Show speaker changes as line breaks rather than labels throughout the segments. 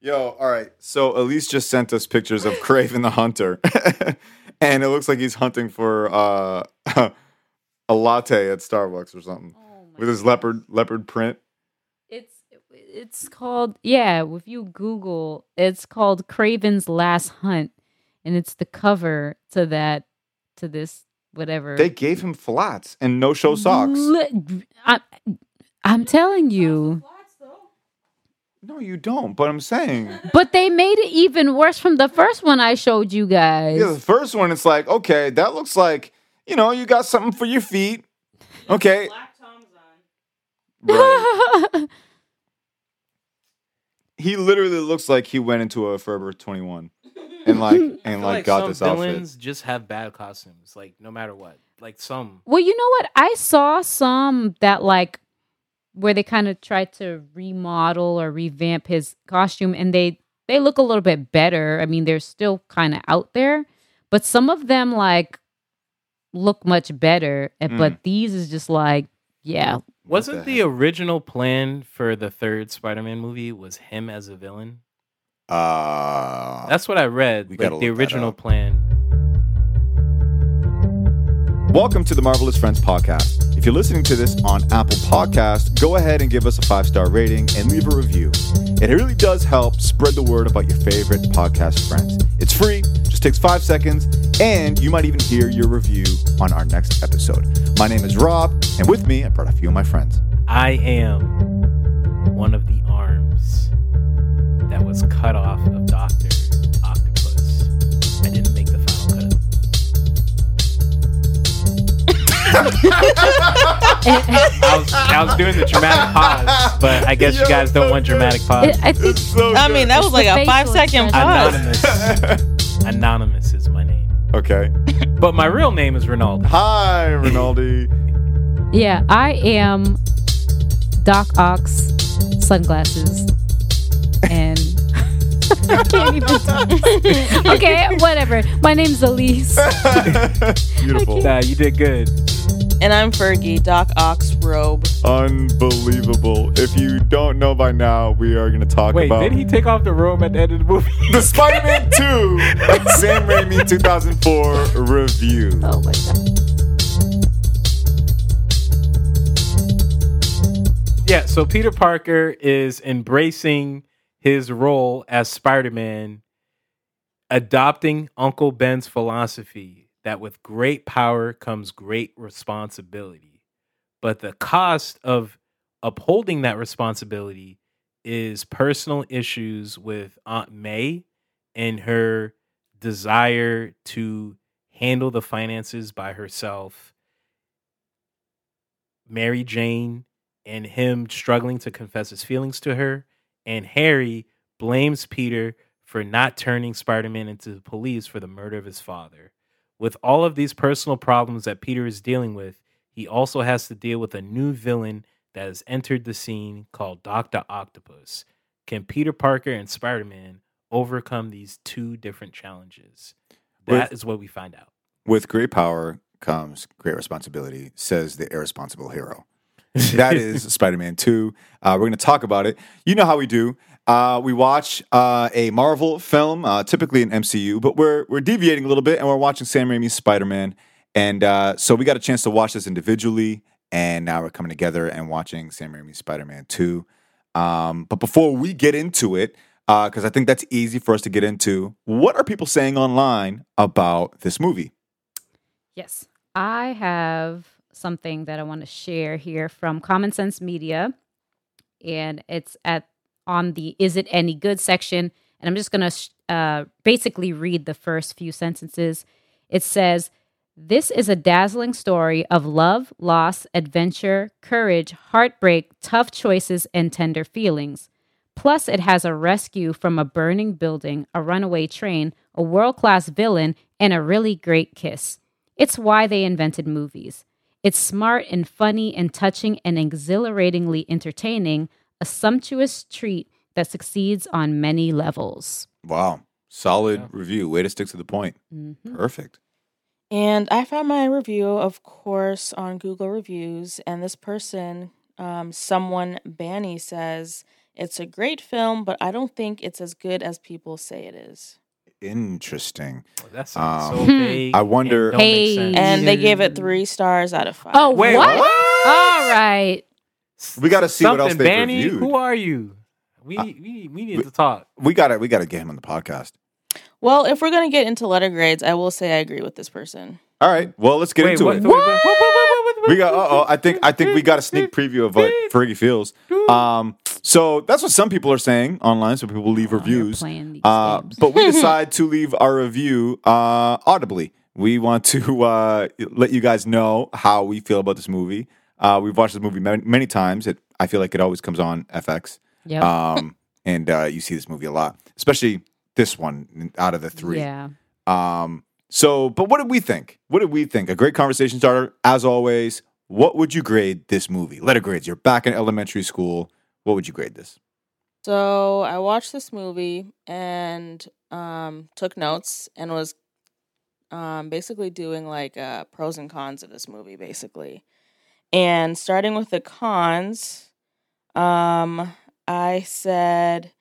Yo, all right. So Elise just sent us pictures of Craven the Hunter, and it looks like he's hunting for uh, a latte at Starbucks or something
Oh my
with his
gosh.
leopard leopard print.
It's it's called yeah. If you Google, it's called Craven's Last Hunt, and it's the cover to that to this whatever.
They gave him flats and no show socks.
Li- I, I'm telling you.
No, you don't. But I'm saying,
But they made it even worse from the first one I showed you guys.
yeah, the first one, it's like, okay, that looks like you know you got something for your feet. Okay,
Black Tom's on.
Right. he literally looks like he went into a Forever 21 and like and like, got
some
this outfit.
villains just have bad costumes, like no matter what. Like some.
well, you know what? I saw some that like where they kind of tried to remodel or revamp his costume and they they look a little bit better. I mean, they're still kind of out there, but some of them like look much better. And But these is just like, yeah.
What
Wasn't
the
the, original plan for the third Spider-Man movie was him as a villain?
Uh,
That's what I read.
We gotta
like the
look that
original
up.
plan.
Welcome to the Marvelous Friends podcast. If you're listening to this on Apple Podcast, go ahead and give us a five-star rating and leave a review. It really does help spread the word about your favorite podcast friends. It's free, just takes 5 seconds, and you might even hear your review on our next episode. My name is Rob, and with me I brought a few of my friends.
I am one of the arms that was cut off of Doctor Octopus. I didn't make the final cut. I was, I was doing the dramatic pause, but I guess you
Yo,
guys don't want dramatic pause.
I think
so
I mean, that was like
the
a
facial
five second pause.
Anonymous. Anonymous is my name.
okay.
But my real name is Ronaldo.
Hi, Rinaldi.
Yeah, I am Doc Ock's sunglasses. And I can't even talk. okay, whatever. My name's Elise.
Beautiful.
Nah, you did good.
And I'm Fergie, Doc Ock's robe.
Unbelievable. If you don't know by now, we are going to talk
Wait,
about
did he take off the robe at the end of the movie?
the Spider Man 2 Sam Raimi 2004 review.
Oh my god.
yeah, so Peter Parker is embracing his role as Spider Man, adopting Uncle Ben's philosophy that with great power comes great responsibility. But the cost of upholding that responsibility is personal issues with Aunt May and her desire to handle the finances by herself. Mary Jane and him struggling to confess his feelings to her. And Harry blames Peter for not turning Spider Man into the police for the murder of his father. With all of these personal problems that Peter is dealing with, he also has to deal with a new villain that has entered the scene called Dr. Octopus. Can Peter Parker and Spider Man overcome these two different challenges? That is
With-
what we find out.
With great power comes great responsibility, says the irresponsible hero. That is Spider Man 2. Uh, we're going to talk about it. You know how we do. Uh, we watch uh, a Marvel film, uh, typically an MCU, but we're, we're deviating a little bit and we're watching Sam Raimi's Spider Man. And uh, so we got a chance to watch this individually. And now we're coming together and watching Sam Raimi's Spider Man 2. Um, but before we get into it, because I think that's easy for us to get into, what are people saying online about this movie?
Yes. I have something that I want to share here from Common Sense Media. And it's at on the Is It Any Good section. And I'm just going to sh- uh, basically read the first few sentences. It says, This is a dazzling story of love, loss, adventure, courage, heartbreak, tough choices, and tender feelings. Plus, it has a rescue from a burning building, a runaway train, a world class villain, and a really great kiss. It's why they invented movies. It's smart and funny and touching and exhilaratingly entertaining, a sumptuous treat that succeeds on many levels.
Wow. Solid
Yeah.
review. Way to stick to the point.
Mhm.
Mm-hmm.
Perfect.
And I found my review, of course, on Google Reviews. And this person, um, someone Banny, says It's a great film, but I don't think it's as good as people say it is.
Interesting.
Well, that sounds
Um,
so vague.
I wonder-
and don't make
Hey.
sense.
And they gave it
Mm.
three stars out of five.
Oh,
Wait,
what?
what?
All right.
We gotta see what else
Something,
they've
Banny,
reviewed.
Who are you? We
Uh,
we we need
we-
to talk.
We gotta we gotta get him on the podcast.
Well, if we're gonna get into letter grades, I will say I agree with this person.
All right. Well, let's get into it. We got. Uh oh. I think. I think we got a sneak preview of what Fergie feels. Um. So that's what some people are saying online. So people leave
While you're
reviews.
Oh, playing these
Uh,
games.
but we decide to leave our review uh, audibly. We want to uh, let you guys know how we feel about this movie. Uh, we've watched this movie many, many times. It, I feel like it always comes on FX,
Yep.
um, and uh, you see this movie a lot, especially this one out of the three.
Yeah.
Um, so, but what did we think? What did we think? A great conversation starter, as always. What would you grade this movie? Letter grades. You're back in elementary school. What would you grade this?
So I watched this movie and um, took notes and was um, basically doing like uh, pros and cons of this movie, basically. And starting with the cons, um, I said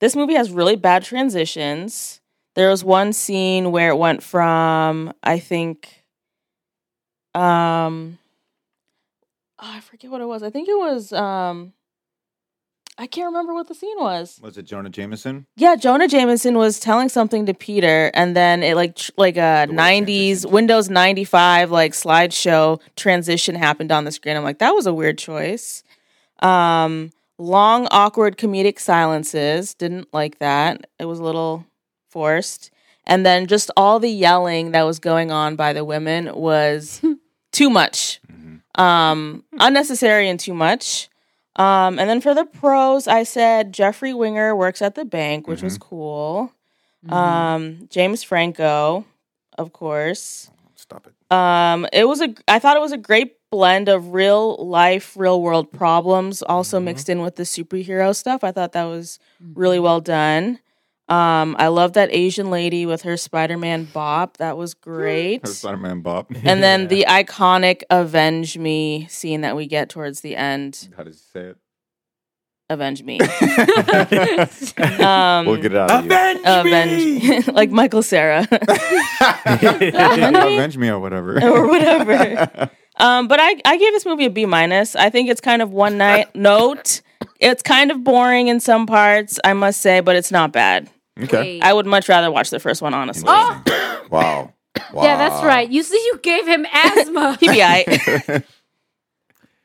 this movie has really bad transitions. There was one scene where it went from I think, um, oh, I forget what it was. I think it was um, I can't remember what the scene was.
Was it Jonah Jameson?
Yeah, Jonah Jameson was telling something to Peter, and then it like tr- like a
The way it
nineties
transitioned.
Windows ninety five like slideshow transition happened on the screen. I'm like, that was a weird choice. Um, long awkward comedic silences didn't like that. It was a little forced, and then just all the yelling that was going on by the women was too much
Mm-hmm.
Mhm.
um unnecessary and too much um and then for the pros i said jeffrey winger works at the bank which was cool
Uh,
Mhm.
um james franco of course
Stop it.
um it was a i thought it was a great blend of real life real world problems also
Mhm.
mixed in with the superhero stuff i thought that was really well done um i love that asian lady with her spider-man bop that was great
Spider Man Bob.
and
Yeah.
then the iconic avenge me scene that we get towards the end
How does he say it?
avenge me
Mhm.
um
we'll get it out of you.
Avenge, me!
avenge like michael sarah
Avenge me or whatever.
Or whatever. um but i i gave this movie a b minus i think it's kind of one night note it's kind of boring in some parts i must say but it's not bad
Mm-hmm.
okay.
i would much rather watch the first one honestly
Interesting. Wow. wow.
Yeah, that's right. You see, you gave him asthma.
he'd be aight.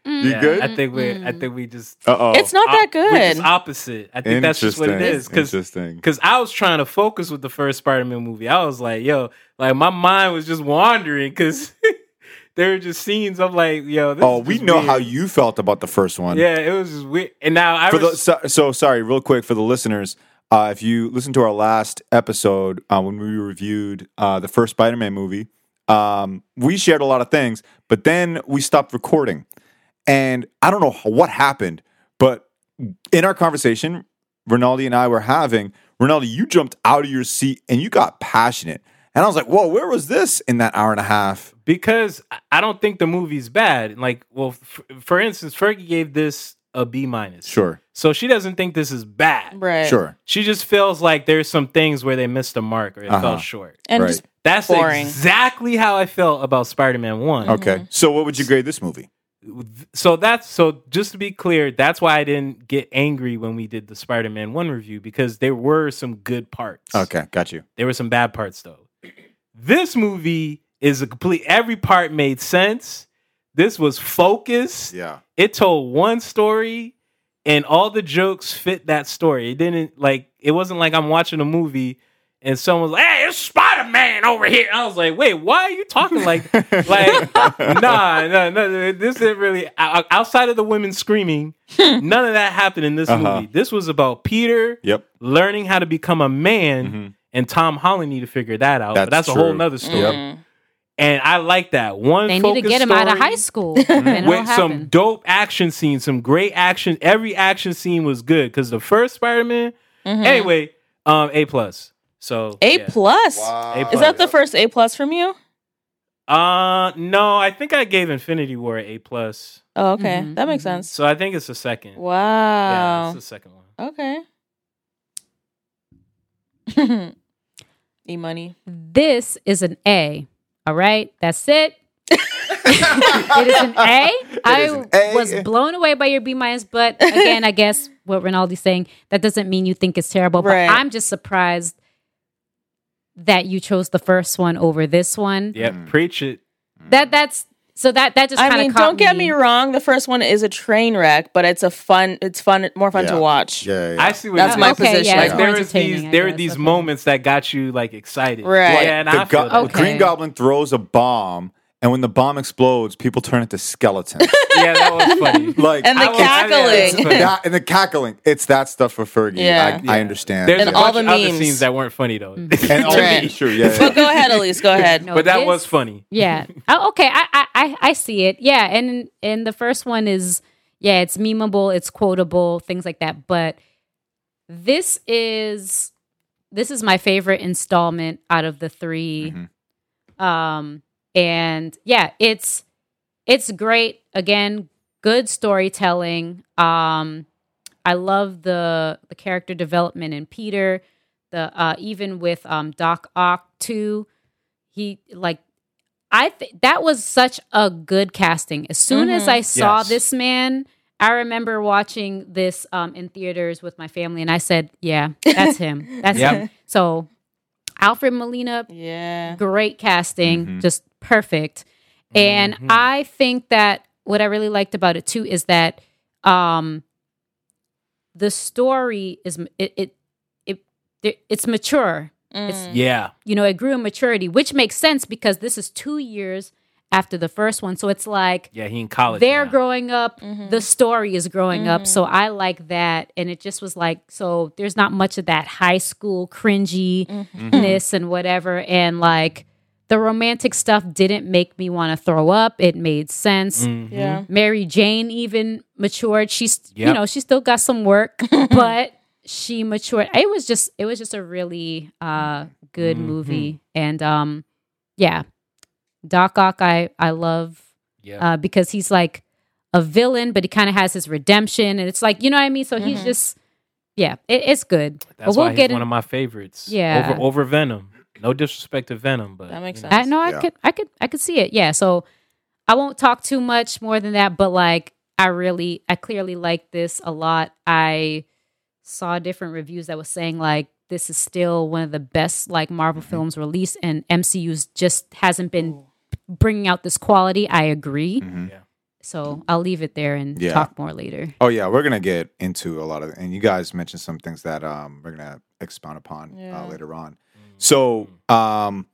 You
Yeah,
good?
I think we I
Mm.
think we just
Uh oh.
it's not that
We're just
good
opposite. I think that's just what it is. Because
Interesting.
Cause I was trying to focus with the first Spider-Man movie. I was like, yo, like my mind was just wandering because there were just scenes of like, yo, this
Oh,
is
we
just
know
weird.
how you felt about the first one.
Yeah, it was just weird. And now I
For the,
was
so, so sorry, real quick for the listeners. Uh, if you listen to our last episode uh, when we reviewed uh, the first Spider-Man movie, um, we shared a lot of things, but then we stopped recording, and I don't know h- what happened, but in our conversation, Rinaldi and I were having, Rinaldi, you jumped out of your seat and you got passionate, and I was like, "Whoa, where was this in that hour and a half?"
because I- I don't think the movie's bad. Like, well, f- for instance, Fergie gave this a B minus.
Sure,
So she doesn't think this is bad.
right
sure,
She just feels like there's some things where they missed a mark or it
Uh-huh.
fell short.
and
Right.
just
That's
Boring.
exactly how I felt about Spider-Man One.
okay. So, what would you grade this movie?
so that's so just to be clear that's why i didn't get angry when we did the spider-man 1 review because there were some good parts
Okay, got you.
there were some bad parts though this movie is a complete every part made sense this was focused
Yeah,
it told one story and all the jokes fit that story it didn't like it wasn't like i'm watching a movie and someone's like hey it's spider-man over here i was like wait why are you talking like like nah, nah, nah, this didn't really o- o- outside of the women screaming. none of that happened in this
Uh-huh.
movie. This was about Peter
yep.
learning how to become a man,
Mhm.
and Tom Holland need to figure that out. but
That's
that's a whole
true.
nother story.
Yep.
mm.
And I like that one.
Mm-hmm. They need to
focused
get him out of
story
high school. then it'll
with some
happen.
dope action scenes, some great action. Every action scene was good because the first Spider Man.
Mm-hmm.
Mhm.
Anyway, um, a plus. So
a
yeah.
plus
Wow.
A
is
plus.
that the first a plus from you
Uh no, I think I gave Infinity War an A plus.
Oh, okay,
Mhm,
that makes
mhm.
sense.
So I think it's the second. Yeah,
Wow.
it's the second one.
okay. e money.
This is an A. All right, that's it. It is an A. I
is an A.
was blown away by your B minus, but again, I guess what Rinaldi's saying that doesn't mean you think it's terrible.
Right.
But I'm just surprised that you chose the first one over this one.
Yeah,
Mm.
preach it.
That that's so that that just
I
kind of
mean, don't get me wrong. The first one is a train wreck, but it's a fun. It's fun. More fun
Yeah.
to watch.
yeah, yeah.
I see what
That's
you're
my
saying.
position.
yeah,
Like
it's
there
more
is these
entertaining, I
there are
guess,
these
okay.
moments that got you like excited.
Right.
Yeah, and
the
I feel
go-
that.
Okay.
Green Goblin throws a bomb, and when the bomb explodes, people turn into skeletons.
Yeah, that was funny.
like
And the
I will- I- yeah, it's
cackling.
funny.
that- and the cackling. It's that stuff for Fergie.
Yeah.
I,
Yeah.
I understand.
There's
And
a
that.
all
bunch
the
of other
memes.
scenes that weren't funny though.
and all
Right.
that's true. Yeah, yeah.
But go ahead, Elise. Go ahead.
No,
but that
this-
was funny.
Yeah. oh, okay. I, I I I see it. Yeah. And and the first one is yeah, it's memeable, it's quotable, things like that. But this is this is my favorite installment out of the 3
Mhm.
Um and yeah, it's it's great. Again, good storytelling. Um I love the the character development in Peter. The uh even with um Doc Ock too. He like I th- that was such a good casting. As soon as
Mhm.
I saw
Yes.
this man, I remember watching this um, in theaters with my family, and I said, "Yeah, that's him. That's
Yep.
him." So, Alfred Molina,
Yeah.
great casting,
Mhm.
just perfect. And
Mhm.
I think that what I really liked about it too is that um, the story is m- it it, it it's mature
Mm. Mm-hmm.
It's-
Yeah.
you know, it grew in maturity, which makes sense because this is two years after the first one. So it's like
Yeah, he in college.
they're
now.
growing up,
Mhm.
the story is growing
Mhm.
up. So I like that. And it just was like, so there's not much of that high school cringiness
Mm-hmm.
Mhm.
and whatever. And like the romantic stuff didn't make me want to throw up. It made sense.
Mhm.
Yeah.
Mary Jane even matured. She's you
Yep.
know she still got some work, but she matured. It was just it was just a really uh good
Mhm.
movie, and um yeah, Doc Ock I I love
Yeah.
uh, because he's like a villain, but he kind of has his redemption, and it's like you know what I mean. So he's
Mm-hmm.
Mhm.
just yeah, it, it's good.
That's
but we'll
why he's
get
one
in-
of my favorites.
Yeah.
Over, over Venom. No disrespect to Venom, but
That makes
you know.
I no, I
Yeah.
could, I could, I could see it. Yeah. So I won't talk too much more than that, but like, I really, I clearly like this a lot. I saw different reviews that was saying like, this is still one of the best like Marvel
Mm-hmm.
films released, and MCU's just hasn't been bringing out this quality. I agree.
Mm.
Mhm.
So I'll leave it there and
Yeah.
talk more later.
Oh yeah, we're gonna get into a lot of, and you guys mentioned some things that um we're gonna expound upon
Yeah.
uh, later on. So um,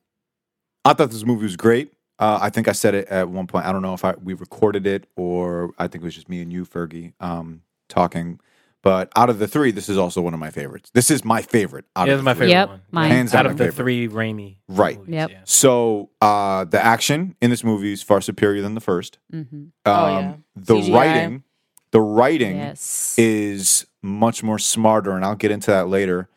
I thought this movie was great. Uh, I think I said it at one point. I don't know if I we recorded it or I think it was just me and you, Fergie, um, talking. But out of the three, this is also one of my favorites. This is my favorite. Out
Yeah,
of
it's
the
my
three.
favorite
Yep,
one.
mine.
Hands
Out
down
of
my
the three Raimi.
Right.
movies,
Yep.
yeah.
So uh, the action in this movie is far superior than the first.
hmm
Um,
Oh, yeah.
The
CGI.
writing, the writing
Yes.
is much more smarter, and I'll get into that later.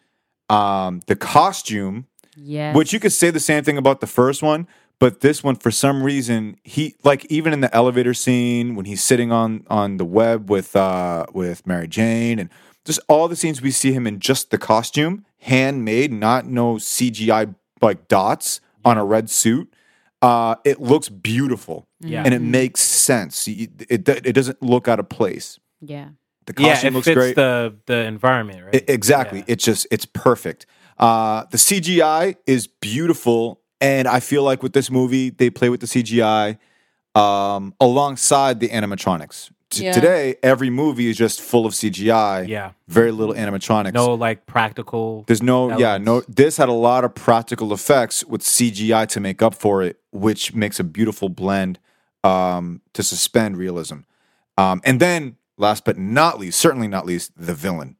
Um, the costume,
yes.
which you could say the same thing about the first one, but this one, for some reason, he like even in the elevator scene when he's sitting on on the web with uh, with Mary Jane, and just all the scenes we see him in just the costume, handmade, not no CGI like dots on a red suit. Uh, it looks beautiful,
Yeah.
and it makes sense. It, it it doesn't look out of place.
yeah.
The
Yeah,
costume
it
looks
fits
great.
the the environment, right?
I- E, exactly.
Yeah.
It's just it's perfect. Uh, the CGI is beautiful, and I feel like with this movie they play with the CGI um, alongside the animatronics. T-
Yeah.
Today, every movie is just full of CGI,
Yeah.
very little animatronics.
No like practical.
There's no, yeah, no.
elements.
This had a lot of practical effects with CGI to make up for it, which makes a beautiful blend um, to suspend realism. Um, and then, last but not least, certainly not least, the villain.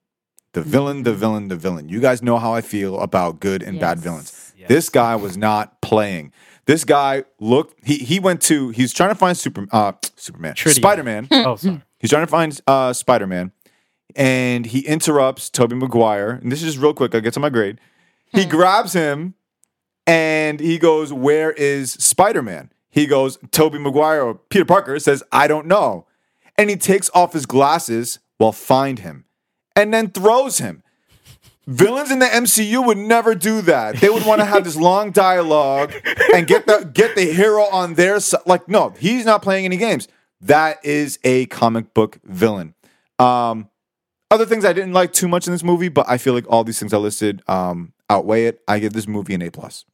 The villain, the villain, the villain. You guys know how I feel about good and bad
Yes.
villains.
Yeah.
This guy was not playing. This guy looked. He he went to. He's trying to find Super uh, Superman,
Trivia.
Spider Man.
Oh, sorry.
He's trying to find uh, Spider Man, and he interrupts Toby Maguire. And this is just real quick. I'll get to my grade. He grabs him, and he goes, "Where is Spider Man?" He goes, Toby Maguire or Peter Parker says, I don't know. And he takes off his glasses, well, find him, and then throws him. Villains in the MCU would never do that. They would want to have this long dialogue and get the get the hero on their side. Like, no, he's not playing any games. That is a comic book villain. Um, other things I didn't like too much in this movie, but I feel like all these things I listed um, outweigh it. I give this movie an A plus.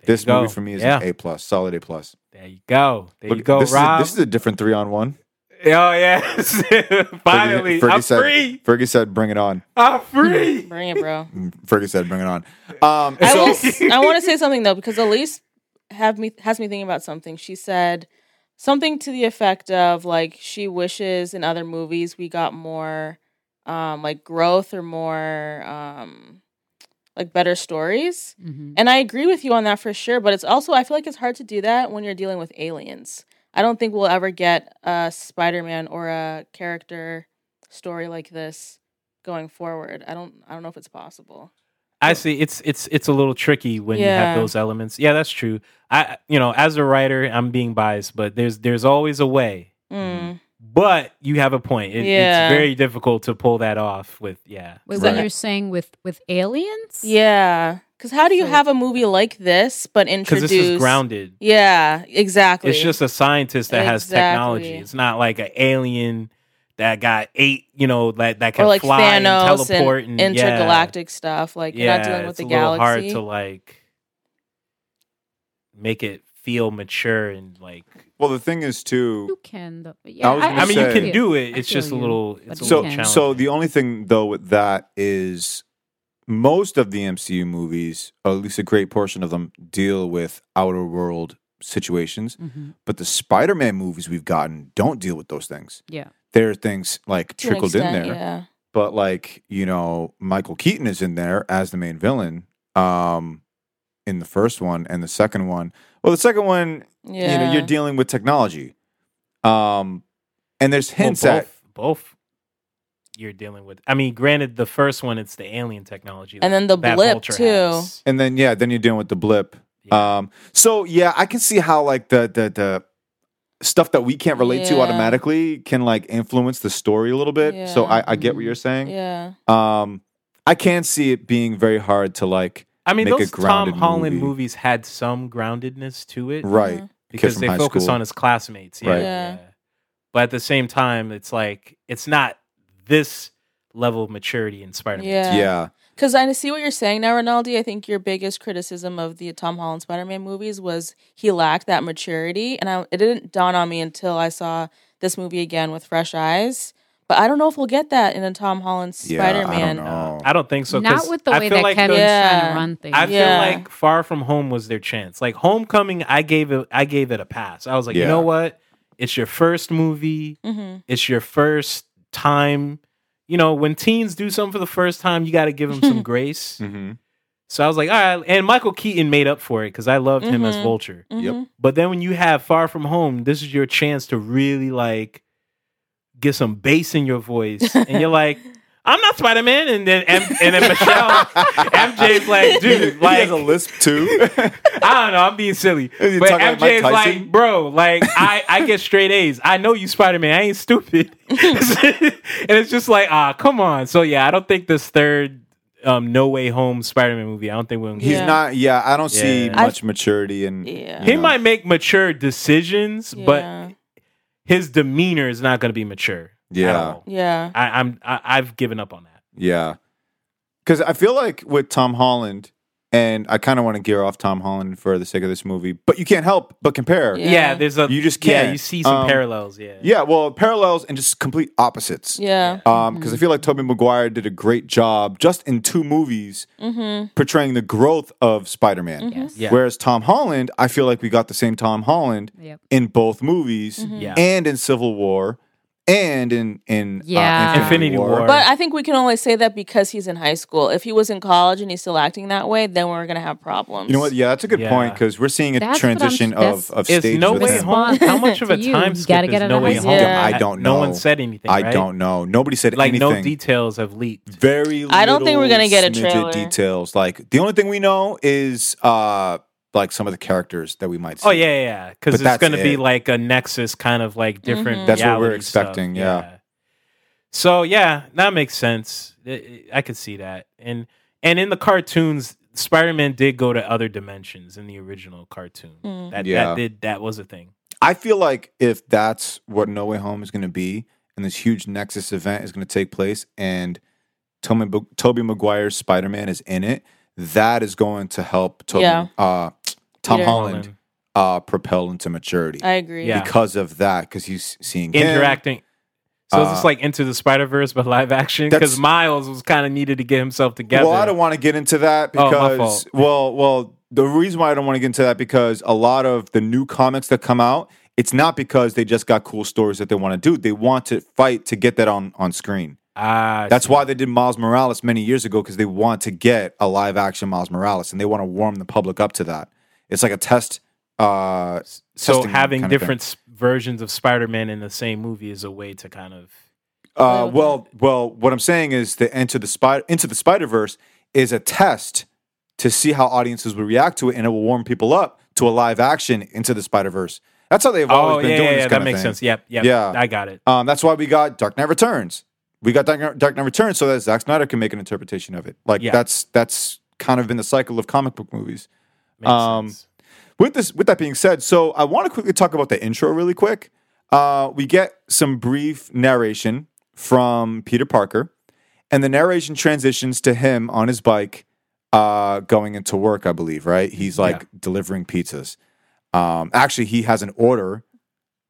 There
This
you go.
movie for me is
yeah.
an A plus, solid A plus.
There you go. There you
Look,
go,
this
Rob.
Is a, this is a different three on one.
oh yes. Finally,
Fergie
I'm
said,
free.
Fergie said, "Bring it on."
I'm free.
Bring it, bro.
Fergie said, "Bring it on." Um,
I,
so-
will s- I want to say something though, because Elise have me has me thinking about something. She said something to the effect of like she wishes in other movies we got more um, like growth or more um, like better stories.
Mhm.
And I agree with you on that for sure. But it's also I feel like it's hard to do that when you're dealing with aliens. I don't think we'll ever get a Spider-Man or a character story like this going forward. I don't I don't know if it's possible.
I see. It's it's it's a little tricky when you
Yeah.
have those elements. Yeah, that's true. I you know, as a writer, I'm being biased, but there's there's always a way.
Mm.
But you have a point. It,
Yeah.
It's very difficult to pull that off with yeah.
Wait,
Right.
what you're saying with with aliens?
Yeah. Because how do you
So-
have a movie like this but
Because
introduce?
this is grounded.
Yeah, exactly.
It's just a scientist that has technology.
Exactly.
It's not like an alien that got eight, you know, that that can
or like
fly and
Thanos and,
teleport and, yeah.
intergalactic stuff. Like you're not dealing with
it's
the
a little
galaxy.
Hard to like make it feel mature and like.
well, the thing is too.
You can. Though. but
I
Yeah,
was gonna
I mean, you
say-
can do it.
I
It's
feel
just a
you,
little. It's a
but
So,
little
you
challenging.
can't.
so the only thing though with that is most of the MCU movies, or at least a great portion of them, deal with outer world situations.
Mhm.
But the Spider-Man movies we've gotten don't deal with those things.
Yeah.
There are things like
To an
trickled in
extent,
there.
Yeah.
but like you know michael keaton is in there as the main villain um in the first one and the second one well the second one
Yeah.
you know you're dealing with technology um and there's
Well,
hints at
both, both. You're dealing with. I mean, granted, the first one it's the alien technology,
And then the
that
blip,
Vulture
too.
has.
and then yeah then you're dealing with the blip
Yeah.
um so yeah i can see how like the the the stuff that we can't relate to
Yeah.
automatically can like influence the story a little bit so
Yeah. Mm-hmm.
I, I get what you're saying
yeah.
um i can see it being very hard to like
I mean,
make a
those Tom
grounded
Holland
movie.
movies had some groundedness to it
right
Mhm.
because
from
they
high
focus
school.
on his classmates. Yeah,
Right.
Yeah.
yeah. But at the same time, it's like it's not this level of maturity in Spider-Man.
Yeah.
yeah
Because I see what you're saying now, Rinaldi. I think your biggest criticism of the Tom Holland Spider Man movies was he lacked that maturity. And I, it didn't dawn on me until I saw this movie again with fresh eyes. But I don't know if we'll get that in a Tom Holland
Yeah, I don't
Spider Man.
know.
Uh,
Oh.
I don't think so. 'cause
Not with the
I
way
feel
that
like
Kevin's
the-
trying
Yeah.
to run things.
I feel
Yeah.
like Far From Home was their chance. Like Homecoming, I gave it. I gave it a pass. I was like,
Yeah.
you know what? It's your first movie.
hmm
It's your first time. You know, when teens do something for the first time, you got to give them some grace.
mm-hmm.
So I was like, all right. And Michael Keaton made up for it because I loved him as
Mhm.
Vulture.
Yep.
But then when you have Far From Home, this is your chance to really like get some bass in your voice, and you're like, I'm not Spider Man, and then M- and then Michelle. MJ's like, dude,
he
like,
has a lisp too.
I don't know. I'm being silly.
You
But
talking like Mike
MJ's like,
Tyson?
bro, like I, I get straight A's. I know you Spider Man. I ain't stupid. and it's just like, ah, come on. So yeah, I don't think this third um, No Way Home Spider Man movie. I don't think we're gonna
He's
get.
Yeah.
not. Yeah, I don't see
Yeah.
much maturity and
Yeah.
He
you know.
might make mature decisions,
Yeah.
but his demeanor is not gonna be mature. at
Yeah.
all.
Yeah.
I, I'm. I, I've given up on that.
Yeah, because I feel like with Tom Holland, and I kind of want to gear off Tom Holland for the sake of this movie, but you can't help but compare.
Yeah.
Yeah, there's a.
You just
Yeah,
can't.
you see some
Um,
parallels. Yeah.
Yeah, well, parallels and just complete opposites.
Yeah. Mm-hmm.
Um, because I feel like Tobey Maguire did a great job just in two movies
Mm-hmm.
portraying the growth of Spider-Man.
Yes.
Yeah.
Whereas Tom Holland, I feel like we got the same Tom Holland
Yep.
in both movies.
Mm-hmm.
Mm-hmm.
Yeah.
and in Civil War, and in in uh,
Yeah.
Infinity War.
But I think we can only say that because he's in high school. If he was in college and he's still acting that way, then we're gonna have problems.
You know what? Yeah, that's a good
Yeah.
point because we're seeing a
That's what I'm-
transition
that's-
of of
It's
stage.
no
with
way
him.
home. How much of a
To you,
time
you
skip
gotta
is
get out
no
of
way
high
home?
school.
I don't
No
know.
one said anything.
I
right?
don't know. Nobody said
Like
anything.
no details have leaked.
Very.
I don't think
little
we're gonna get a
smidget
trailer.
Details like the only thing we know is uh like some of the characters that we might see.
Oh yeah, yeah,
But
because it's
that's
going to be
it.
like a nexus, kind of like different.
Mhm.
That's what we're
reality stuff.
expecting, yeah.
So yeah, that makes sense. I- I- I could see that, and and in the cartoons, Spider Man did go to other dimensions in the original cartoon.
Mm.
That
Yeah.
that did that was a thing.
I feel like if that's what No Way Home is going to be, and this huge Nexus event is going to take place, and Toby, Toby Maguire's Spider Man is in it, that is going to help Toby,
Yeah.
uh, Tom
Peter.
Holland uh, propel into maturity
I agree.
Yeah.
because of that, because he's seeing him.
interacting. So it's just
Uh,
like Into the Spider Verse, but live action
That's-
because Miles was kind of needed to get himself together.
Well, I don't want to get into that
Oh, my
because
fault.
well, well, the reason why I don't want to get into that because a lot of the new comics that come out, it's not because they just got cool stories that they want to do. They want to fight to get that on on screen.
Ah, I
That's
see.
why they did Miles Morales many years ago because they want to get a live action Miles Morales and they want to warm the public up to that. It's like a test. Uh,
So
testing kind
having
of thing.
different s- versions of Spider Man in the same movie is a way to kind of
Uh,
with
well, well, what I'm saying is the Enter the Spider Into the Spider Verse is a test to see how audiences will react to it, and it will warm people up to a live action Into the Spider Verse. That's how they've
Oh
always
yeah,
been
yeah,
doing
yeah,
this kind
that
of
makes
thing.
sense. Yep, yep.
Yeah.
I got it.
Um, that's why we got Dark Knight Returns. We got Dark Knight, Dark Knight Returns so that Zack Snyder can make an interpretation of it. Like
Yeah.
that's that's kind of been the cycle of comic book movies.
Makes
Um,
sense.
With this, with that being said, so I want to quickly talk about the intro really quick. Uh, we get some brief narration from Peter Parker, and the narration transitions to him on his bike, uh, going into work. I believe right. He's like delivering pizzas. Um, actually, he has an order,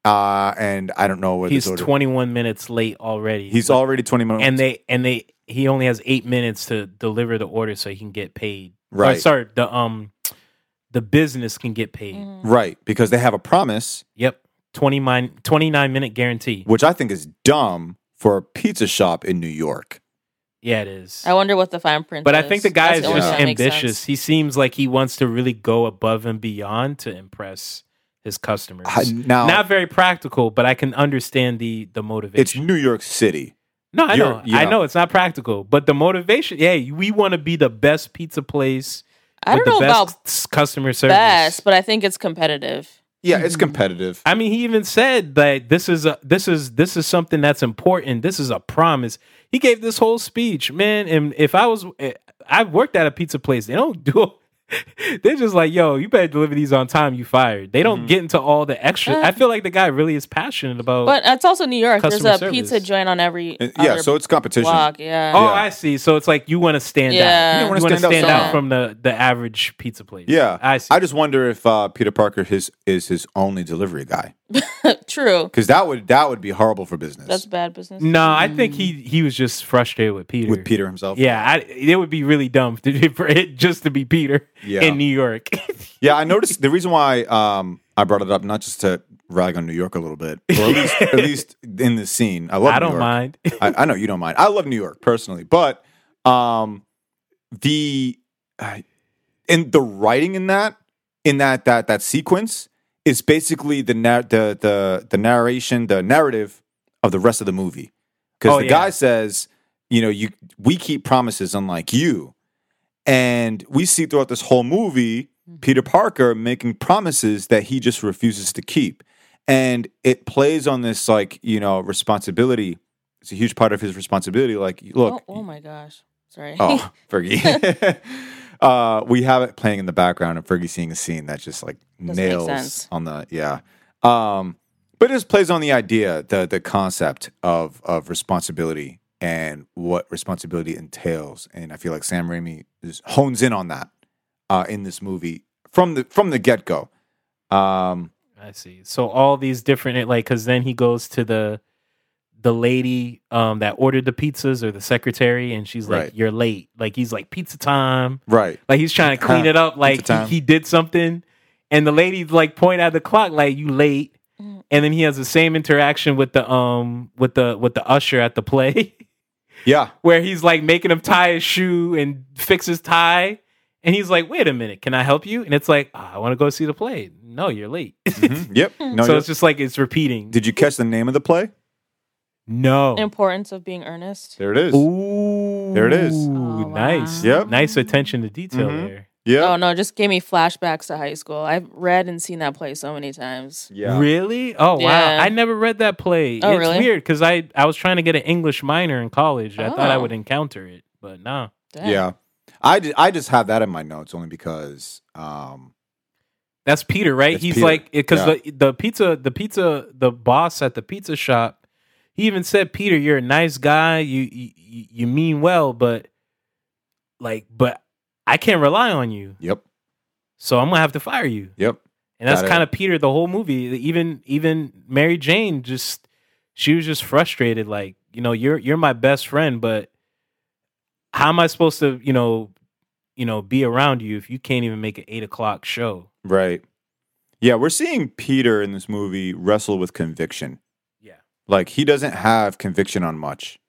uh, and I don't know what
He's
his order.
21 minutes late already.
He's already twenty minutes.
and they and they he only has eight minutes to deliver the order so he can get paid. Or,
Right.
sorry, the um the business can get paid.
Mhm.
right because they have a promise,
Yep. 29, 29 minute guarantee.
which I think is dumb for a pizza shop in New York.
Yeah, it is.
I wonder what the fine print.
But I
is.
think the guy
That's
is
only
just
thing that makes
ambitious.
sense.
He seems like he wants to really go above and beyond to impress his customers.
I- now
Not very practical, but I can understand the the motivation.
it's New York City.
No, I
You're-
know.
yeah.
I know it's not practical, but the motivation. Yeah, we want to be the best pizza place.
I
with
don't know
the
about
best s- customer service.
best, but I think it's competitive.
Yeah, it's competitive.
Mm-hmm. I mean, he even said that this is a this is this is something that's important. This is a promise. He gave this whole speech, man. And if I was, eh, I've worked at a pizza place. They don't do. They're just like, yo, you better deliver these on time. You fired. They
Mm-hmm.
don't get into all the extra.
Uh,
I feel like the guy really is passionate about.
But it's also New York. There's
Oh. Customer
a
service.
pizza joint on every
Uh, yeah,
other
so it's competition.
block. Yeah.
Oh,
Yeah.
I see. So it's like you want to stand
Yeah. You
out. You
wanna
want to
stand
stand,
out
out
somewhat.
from the, the average pizza place.
Yeah,
I see.
I just wonder if uh, Peter Parker his is his only delivery guy
Oh.
True.
because that would that would be horrible for business
That's bad business.
no, I think he he was just frustrated with Peter.
with Peter himself.
Yeah, I, it would be really dumb to, for it just to be Peter
Yeah.
in New York.
yeah. I noticed the reason why um, I brought it up not just to rag on New York a little bit, or at least at least in this scene. I love.
I
New
don't
York.
mind.
I, I know you don't mind. I love New York personally, but um, the I- and the writing in that in that that that sequence is basically the na- the the the narration, the narrative of the rest of the movie. Because
Oh,
the
yeah.
guy says, you know, you we keep promises unlike you, and we see throughout this whole movie Peter Parker making promises that he just refuses to keep. And it plays on this like, you know, responsibility. It's a huge part of his responsibility. Like,
Oh,
look,
oh my gosh. Sorry.
oh, Fergie. uh, we have it playing in the background and Fergie seeing a scene that just like
Doesn't make
nails
sense.
on the yeah. Um, but it just plays on the idea, the the concept of of responsibility and what responsibility entails. And I feel like Sam Raimi is, hones in on that uh, in this movie from the from the get go. Um,
I see. So all these different like because then he goes to the the lady um that ordered the pizzas or the secretary and she's like
Right.
you're late like he's like pizza time
right.
Like he's trying to clean it up. Like
time.
he, he did something, and the lady like point at the clock like you late,
Mm.
and then he has the same interaction with the um with the with the usher at the play
Yeah.
where he's like making him tie his shoe and fix his tie, and he's like, wait a minute, can I help you? And it's like, "Ah, I want to go see the play. No, you're late.
Mhm. Yep. No,
so
you're-
it's just like it's repeating.
did you catch the name of the play?
no.
Importance of being earnest.
There it is.
Ooh,
There it is.
Ooh,
Oh,
nice.
wow. Yep.
Nice attention to detail
Mhm.
there.
Yeah.
Oh no, it just gave me flashbacks to high school. I've read and seen that play so many times.
Yeah.
Really? Oh
Yeah.
wow! I never read that play.
Oh,
it's
really?
weird because I I was trying to get an English minor in college. I thought I
Oh.
would encounter it, but nah.
Damn.
Yeah. I, ju- I just have that in my notes only because um
That's Peter, right?
That's
He's
Peter.
like because
Yeah.
the the pizza the pizza the boss at the pizza shop. He even said, "Peter, you're a nice guy. You you you you mean well, but like, but I can't rely on you,
yep,
so I'm gonna have to fire you."
yep.
And that's
Got it.
kind of Peter the whole movie. Even even Mary Jane just she was just frustrated. Like you know, you're you're my best friend, but how am I supposed to you know you know be around you if you can't even make an eight o'clock show?
Right. Yeah, we're seeing Peter in this movie wrestle with conviction.
Yeah.
Like he doesn't have conviction on much,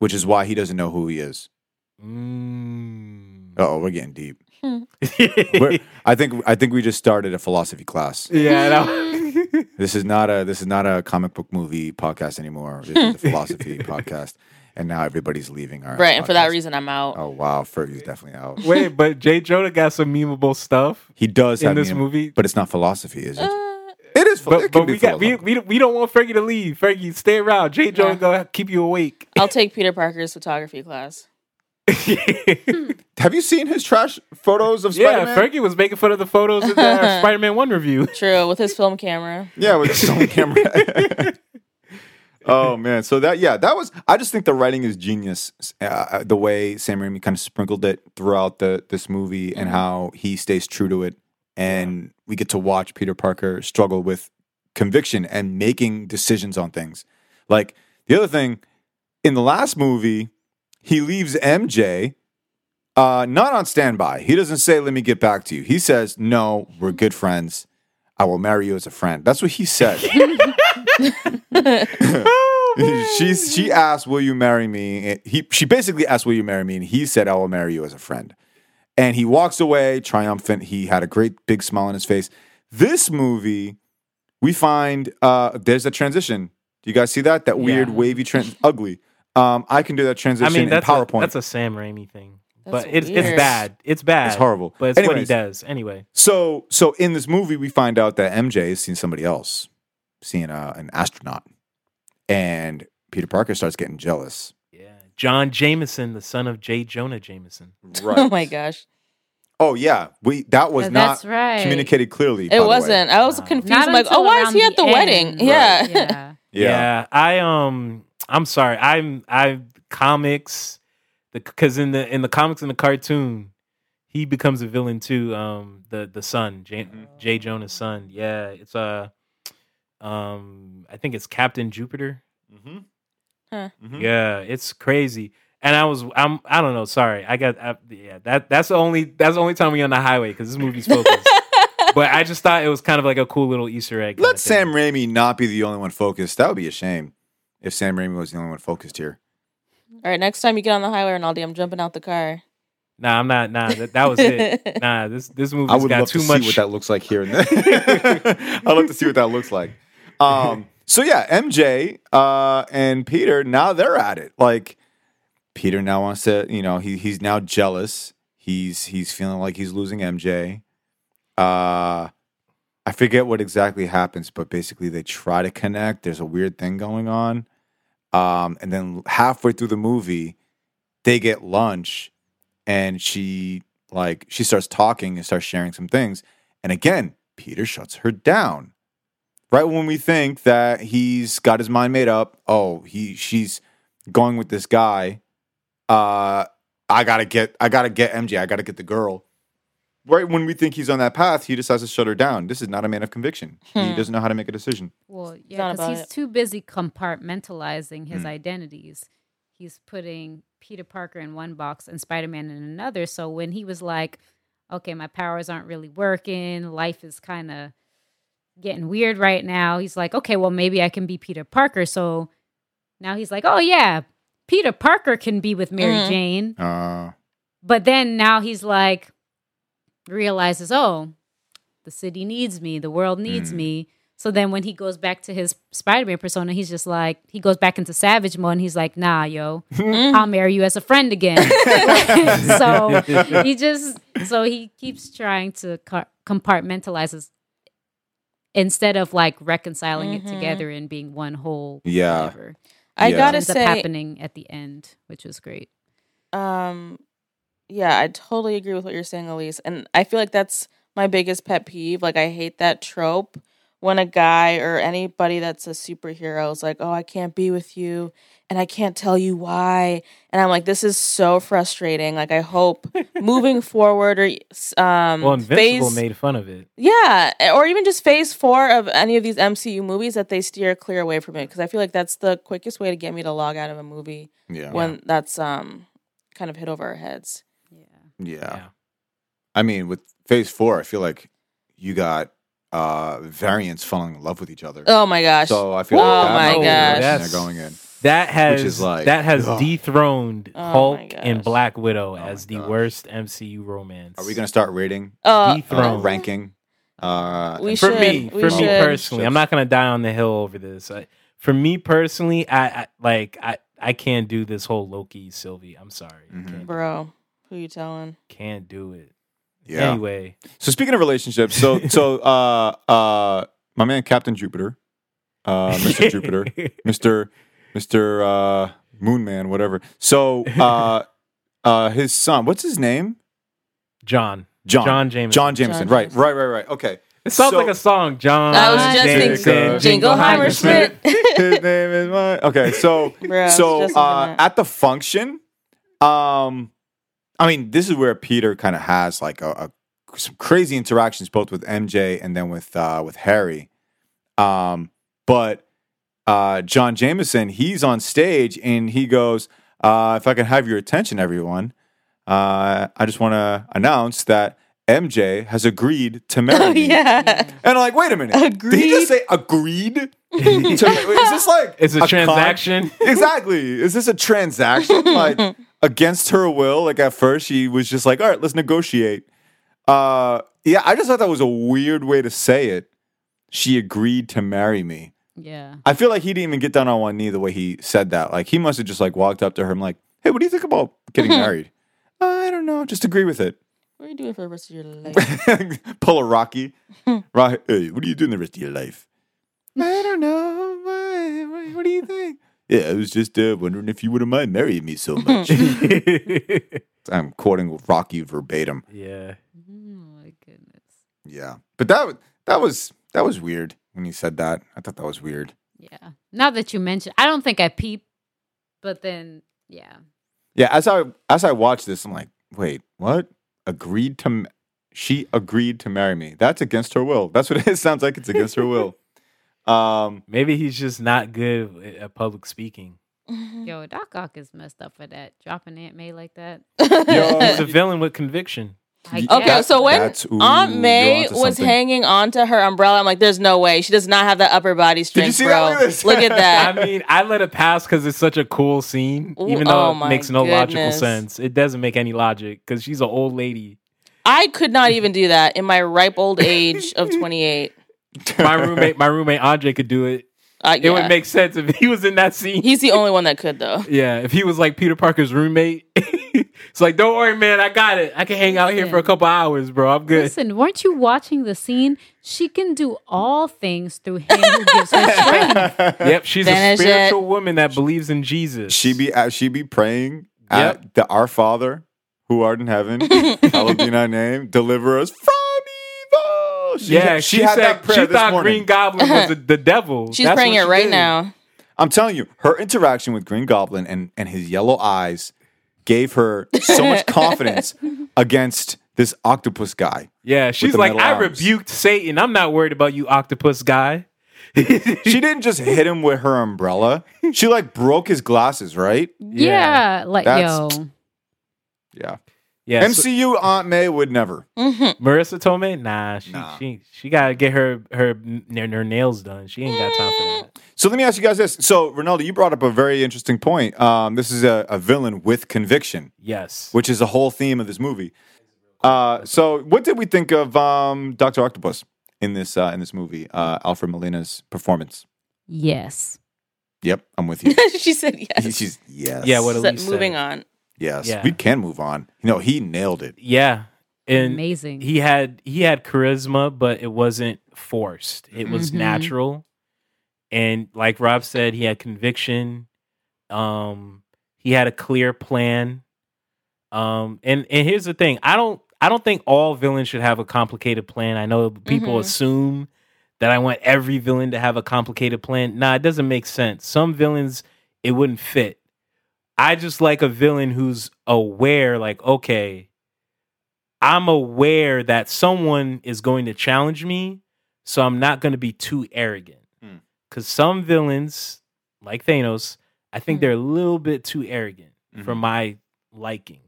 which is why he doesn't know who he is.
Mm.
Oh, we're getting deep. We're- I think I think we just started a philosophy class.
yeah. that-
This is not a this is not a comic book movie podcast anymore. This is a philosophy podcast, and now everybody's leaving our
Right, and for that
podcast.
reason, I'm out.
Oh wow, Fergie's definitely out.
Wait, but Jay Jonah got some memeable stuff
He does
in
have
this
meaning,
movie.
but it's not philosophy, is it?
Uh,
It is. But,
But, but we got we, we we don't want Fergie to leave. Fergie, stay around. Jay Jonah
Yeah.
gonna keep you awake.
I'll take Peter Parker's photography class.
have you seen his trash photos of
Yeah,
Spider-Man?
Fergie was making fun of the photos in the Spider Man 1 review.
True, with his film camera.
Yeah, with his own camera. oh man, so that yeah, that was. I just think the writing is genius. Uh, the way Sam Raimi kind of sprinkled it throughout the this movie, and how he stays true to it, and we get to watch Peter Parker struggle with conviction and making decisions on things. Like the other thing in the last movie, he leaves MJ. Uh, not on standby. He doesn't say, "Let me get back to you." He says, "No, we're good friends. I will marry you as a friend." That's what he said. she she asked, "Will you marry me?" And He she basically asked, "Will you marry me?" And he said, "I will marry you as a friend." And he walks away triumphant. He had a great big smile on his face. This movie, we find uh, there's a transition. Do you guys see that? That weird
Yeah.
wavy trend, ugly. Um, I can do that
I
transition
mean, that's
in PowerPoint.
A, that's a Sam Raimi thing.
That's
but it's, it's
weird.
bad. It's bad.
It's horrible.
But it's what he
Anyways.
does. Anyway.
So, so in this movie, we find out that MJ is seeing somebody else, seeing uh, an astronaut, and Peter Parker starts getting jealous.
Yeah. John Jameson, the son of Jay Jonah Jameson.
Right.
Oh my gosh,
Oh yeah, we that was
Uh,
not
that's right.
communicated clearly. by
it
the way.
wasn't. I was
Wow.
confused.
Not
I'm like,
until
oh, why is
around
he at the
end.
wedding?
Right.
Yeah.
yeah.
Yeah.
I um I'm sorry. I'm I comics the cuz in the in the comics and the cartoon he becomes a villain too um the the son Jay, Jay Jonah's son. Yeah, it's uh um I think it's Captain Jupiter.
Mm-hmm.
Huh.
Yeah, it's crazy. And I was I'm I don't know. Sorry, I got I, yeah. That that's the only that's the only time we on the highway because this movie's focused. but I just thought it was kind of like a cool little Easter egg. kinda
Let Sam
thing.
Raimi not be the only one focused. That would be a shame if Sam Raimi was the only one focused here.
All right, next time you get on the highway, Ronaldo, I'm jumping out the car.
Nah, I'm not. Nah, that, that was it. Nah, this this
I
movie's
would
got
love
too
to
much.
see what that looks like here and there. I'd love to see what that looks like. Um, so yeah, MJ uh, and Peter now they're at it. Like Peter now wants to, you know, he he's now jealous. He's he's feeling like he's losing MJ. Uh, I forget what exactly happens, but basically they try to connect. There's a weird thing going on, um, and then halfway through the movie, they get lunch, and she like she starts talking and starts sharing some things and again peter shuts her down right when we think that he's got his mind made up oh he she's going with this guy uh i gotta get i gotta get mj i gotta get the girl right when we think he's on that path he decides to shut her down this is not a man of conviction he
Hmm.
doesn't know how to make a decision
Well, yeah,
not
because
about Hmm.
he's
it.
too busy compartmentalizing his
Mm.
identities. He's putting Peter Parker in one box and Spider Man in another. So when he was like, okay, my powers aren't really working, life is kind of getting weird right now, he's like, okay, well, maybe I can be Peter Parker. So now he's like, oh, yeah, Peter Parker can be with Mary
Mhm.
Jane.
uh
But then now he's like, realizes, oh, the city needs me, the world needs
Mm.
me. So then when he goes back to his Spider Man persona, he's just like, he goes back into savage mode and he's like, nah, yo,
Mm.
I'll marry you as a friend again. so he just, so he keeps trying to car- compartmentalize his instead of like reconciling
Mhm.
it together and being one whole.
Yeah.
Whatever.
I
Yeah.
gotta
ends up
say,
happening at the end, which was great.
um, yeah, I totally agree with what you're saying, Elise, and I feel like that's my biggest pet peeve. Like, I hate that trope when a guy or anybody that's a superhero is like, "Oh, I can't be with you, and I can't tell you why," and I'm like, "This is so frustrating." Like, I hope moving forward or um,
Well, Invincible
phase-
made fun of it.
Yeah, or even just phase four of any of these MCU movies that they steer clear away from it because I feel like that's the quickest way to get me to log out of a movie
Yeah.
when that's um kind of hit over our heads.
Yeah.
yeah.
Yeah.
I mean, with phase four, I feel like you got uh variants falling in love with each other.
Oh my gosh!
So I feel
Oh
like that's
my
the
gosh.
direction
That's-
they're going in.
That has
is like,
that has
ugh.
dethroned
Oh my
Hulk and
gosh.
Black Widow
Oh my
as the
gosh.
worst MCU romance.
Are we going to start rating?
uh,
Uh,
dethroned.
ranking? Uh,
We
and-
for
should,
me,
we
for me
should.
personally, I'm not gonna die on the hill over this. I, for me personally, I, I like I I can't do this whole Loki Sylvie. I'm sorry,
Mhm.
can't,
bro, who you telling?
can't do it.
Yeah.
Anyway,
So speaking of relationships, so so uh uh my man Captain Jupiter, uh Mr. Jupiter, Mr. Mr. Uh, Moon Man, whatever. So uh uh his son, what's his name?
John,
John.
John James,
John Jameson.
John
right,
Jameson.
right, right, right. Okay.
It sounds
So-
like a song, John.
I was just
thinking
Jameson,
Jingleheimer Schmidt.
His name is my Okay, so
Bro,
so
Justin
uh
Timberlake.
at the function, um I mean, this is where Peter kind of has like a, a some crazy interactions both with MJ and then with uh with Harry. Um but uh John Jameson, he's on stage and he goes, uh if I can have your attention everyone, uh I just want to announce that MJ has agreed to marry
oh
me.
yeah,
And I'm like, wait a minute. Did he
Agreed.
just say agreed? to, is this like
It's a,
con-
transaction.
exactly. Is this a transaction? Like against her will? Like at first she was just like, all right, let's negotiate. Uh yeah, I just thought that was a weird way to say it. She agreed to marry me.
Yeah.
I feel like he didn't even get down on one knee the way he said that. Like he must have just like walked up to her and like, hey, what do you think about getting married? "Uh, I don't know. Just agree with it.
what are you doing for the rest of your life?
Pull a Rocky. Rocky, hey, what are you doing the rest of your life? I don't know. Why? Why- What do you think? Yeah, I was just uh, wondering if you wouldn't mind marrying me so much. I'm quoting Rocky verbatim.
yeah,
Oh my goodness.
Yeah, but that wa- that was that was weird when he said that. I thought that was weird.
Yeah. Now that you mention, I don't think I peep, but then yeah.
Yeah, as I as I watched this, I'm like, wait, what? Agreed to? m- She agreed to marry me. That's against her will. That's what it sounds like. It's against her will. Um,
maybe he's just not good at- at public speaking.
Yo, Doc Ock is messed up for that dropping Aunt May like that.
He's a
Yo.
villain with conviction.
I
Okay,
guess.
so when
that's- ooh,
Aunt
you're
May
onto
was
something.
hanging onto her umbrella, I'm like, "There's no way she does not have the upper body strength,
see
bro.
that? Look at this.
Look at
I
that.
mean, I let it pass because it's such a cool scene,
Ooh,
even though
oh
it
my
makes no logical
goodness.
sense. It doesn't make any logic because she's an old lady.
I could not even do that in my ripe old age of 28.
My roommate, my roommate Andre could do it.
Uh,
It
yeah.
would make sense if he was in that scene.
He's the only one that could though.
Yeah, if he was like Peter Parker's roommate, it's like, don't worry, man, I got it. I can hang out here for a couple hours, bro. I'm good.
Listen, weren't you watching the scene? She can do all things through him who gives her strength.
Yep, she's a
Finish
spiritual woman that believes in Jesus.
She be uh, she be praying
Yep.
at the Our Father who art in heaven, hallowed be thy name, deliver us from evil. She,
yeah, she,
had
said
that prayer
she
this
thought
morning.
Green Goblin was the, the devil.
She's
That's
praying
what
it
she
right
did.
now.
I'm telling you, her interaction with Green Goblin and and his yellow eyes gave her so much confidence against this octopus guy.
Yeah, she's
the
like,
metal
I
arms.
rebuked Satan. I'm not worried about you, octopus guy.
She didn't just hit him with her umbrella. She like broke his glasses, right?
Yeah. like
That's-
yo.
Yeah.
Yeah, so
MCU Aunt May would never.
Marissa Tomei, nah, she
Nah.
she she gotta get her her her, her nails done. She ain't got time for that.
So let me ask you guys this. So Ronaldo, you brought up a very interesting point. Um, this is a, a villain with conviction,
Yes.
which is the whole theme of this movie. Uh, so what did we think of um, Doctor Octopus? in this uh, in this movie. Uh, Alfred Molina's performance.
Yes.
Yep, I'm with you.
she said yes.
She's yes.
Yeah, what a-
So,
Elise
moving
said.
on.
yes.
Yeah.
We can move on. No, he nailed it.
Yeah, and
Amazing.
he had he had charisma, but it wasn't forced. It was
Mhm.
natural, and like Rob said, he had conviction. Um, he had a clear plan. Um, and and here's the thing: I don't I don't think all villains should have a complicated plan. I know people
Mhm.
assume that I want every villain to have a complicated plan. Nah, it doesn't make sense. Some villains it wouldn't fit. I just like a villain who's aware, like, okay, I'm aware that someone is going to challenge me, so I'm not going to be too arrogant.
Hmm.
Because some villains, like Thanos, I think
Hmm.
they're a little bit too arrogant for
Mhm.
my liking.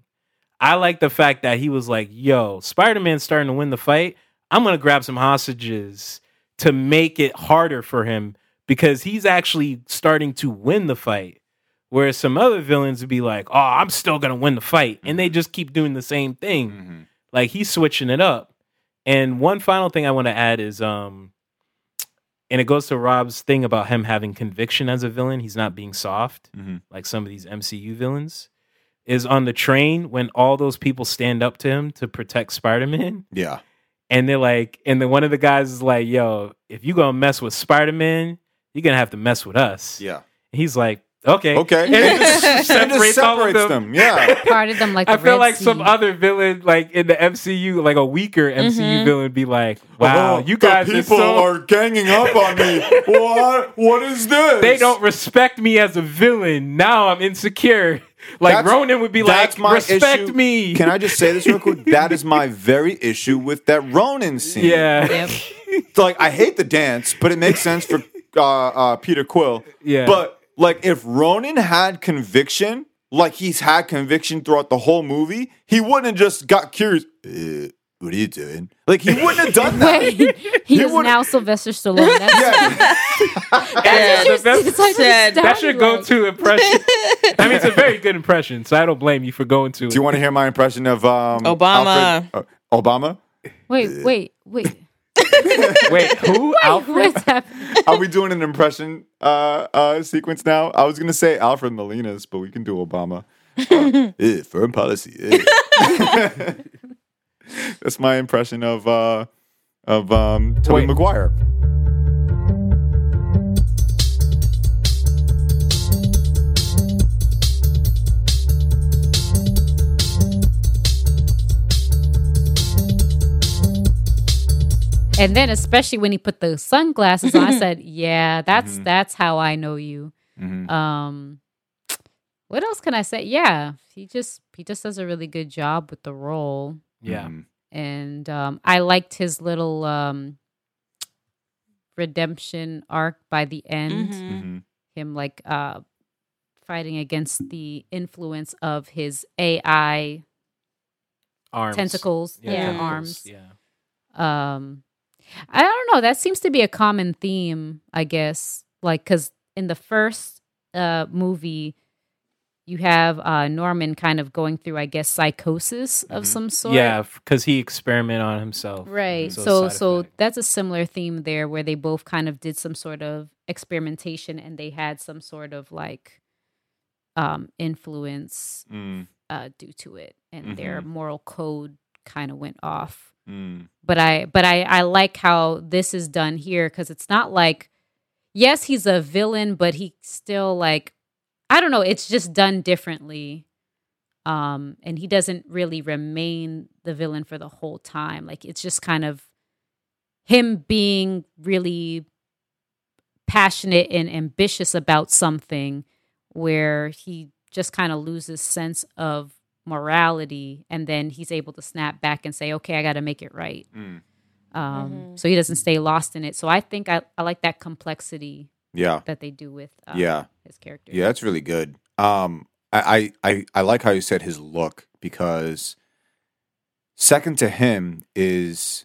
I like the fact that he was like, yo, Spider Man's starting to win the fight. I'm going to grab some hostages to make it harder for him because he's actually starting to win the fight. Whereas some other villains would be like, oh, I'm still going to win the fight. And they just keep doing the same thing.
Mhm.
Like he's switching it up. And one final thing I want to add is um and it goes to Rob's thing about him having conviction as a villain. He's not being soft
Mhm.
like some of these MCU villains. Is on the train when all those people stand up to him to protect Spider-Man
Yeah.
and they're like and then one of the guys is like, "Yo, if you going to mess with Spider-Man, you're going to have to mess with us."
Yeah.
And he's like, "Okay."
Okay.
And it just
It just
separates all of
separates
them.
them. Yeah.
Parted them like
I
the
feel
Red
like some
Sea.
other villain, like in the MCU, like a weaker
Mm-hmm.
MCU
Mhm.
villain, be like, "Wow,
Oh,
you guys
the
are
people
so
are ganging up on me. what? What is this?
they don't respect me as a villain. Now I'm insecure." Like
That's-
Ronan would be like,
that's my
"Respect
issue.
me."
Can I just say this real quick? That is my very issue with that Ronin scene.
Yeah,
Yep.
It's like I hate the dance, but it makes sense for uh, uh, Peter Quill.
Yeah.
But like, if Ronan had conviction, like he's had conviction throughout the whole movie, he wouldn't have just got curious. "Uh, what are you doing? Like he wouldn't have done that.
Wait, he
You
is
would've-
now Sylvester Stallone. That's,
Yeah.
And-
That's- that's-
it's like
Said-
astounding,
that's your
like-
go-to impression. I mean, it's a very good impression, so I don't blame you for going to.
Do you
it.
want to hear my impression of um,
Obama.
Alfred- uh, Obama?
Wait, wait, wait.
Wait, who? Alfred?
What's happening?
Are we doing an impression uh, uh, sequence now? I was gonna say Alfred Molina's, but we can do Obama. Uh, eh, foreign policy. eh. That's my impression of uh, of um, Tobey
Wait.
Maguire.
And then, especially when he put the sunglasses on, I said, "Yeah, that's
Mhm.
that's how I know you." Um, what else can I say? Yeah, he just he just does a really good job with the role,
Yeah,
Mhm.
and um, I liked his little um redemption arc by the end.
Mhm.
Mhm.
Him like uh fighting against the influence of his AI
arms,
tentacles, yeah,
tentacles,
arms.
Yeah,
um i don't know that seems to be a common theme i guess like because in the first uh movie you have uh norman kind of going through i guess psychosis of
Mhm.
some sort
Mm-hmm. yeah, because he experimented on himself.
right
So
so
side
so
effect.
that's a similar theme there where they both kind of did some sort of experimentation and they had some sort of like um influence
Mm,
uh due to it and their
Mm-hmm.
moral code kind of went off
mm.
but I but I I like how this is done here because it's not like yes he's a villain but he still like I don't know it's just done differently um and he doesn't really remain the villain for the whole time like it's just kind of him being really passionate and ambitious about something where he just kind of loses sense of morality and then he's able to snap back and say okay i got to make it right
Mm.
um,
Mhm.
so he doesn't stay lost in it so i think i, I like that complexity
Yeah,
that they do with
Ah,
uh,
yeah,
his character
yeah. That's really good. Um, I, I I I like how you said his look because second to him is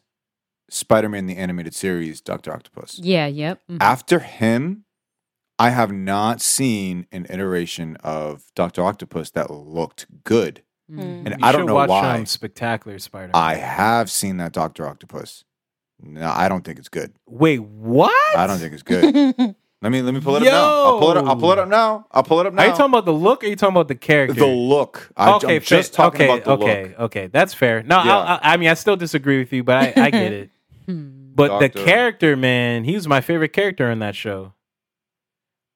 Spider-Man the animated series, Doctor Octopus.
yeah yep mhm.
after him, I have not seen an iteration of Doctor Octopus that looked good.
Mhm.
And
You
I don't
should
know
watch,
why.
um, Spectacular Spider.
I have seen that Doctor Octopus. No, I don't think it's good.
Wait, what?
I don't think it's good.
Mm-hmm.
let me let me pull it up now.
Yo.
I'll pull it up. I'll pull it up now. I'll pull it up now.
Are you talking about the look? Or are you talking about the character?
the look? I,
okay,
I'm just
fair-
talking
okay,
about the
okay,
look.
okay. That's fair. No,
Yeah.
I, I, I mean, I still disagree with you, but I, I get it.
Hmm.
But the
Doctor.
character, man, he was my favorite character in that show.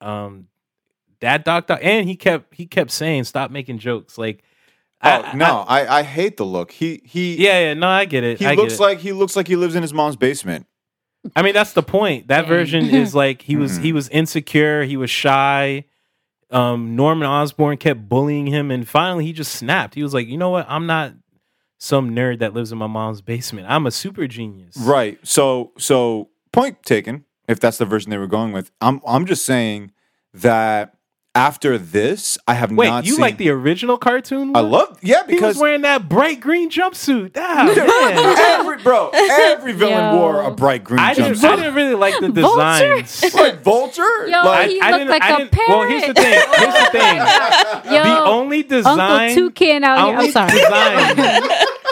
Um, that doctor, and he kept he kept saying, "Stop making jokes." Like,
Oh no, I, I hate the look. He he
yeah, yeah, no, I get it.
He
I get
looks
it.
like he looks like he lives in his mom's basement.
I mean, that's the point. That
Dang.
version is like he was
Mhm.
he was insecure, he was shy. Um, Norman Osborn kept bullying him, and finally he just snapped. He was like, "You know what? I'm not some nerd that lives in my mom's basement. I'm a super genius."
Right. So so point taken. If that's the version they were going with, I'm I'm just saying that after this, I have
Wait,
not.
you
seen,
like the original cartoon?
I
one?
love yeah
He was
because
wearing that bright green jumpsuit. Ah, man.
every bro every villain
Yo.
wore a bright green
I didn't, I
jumpsuit.
didn't really like the
Vulture?
designs.
Like vulture.
Yo,
like
he
I
looked
didn't-
like
I
a
didn't-
parrot.
well, here's the thing. Here's the thing.
Yo,
the only design
Uncle Toucan out here.
only
Oh, I'm sorry.
design.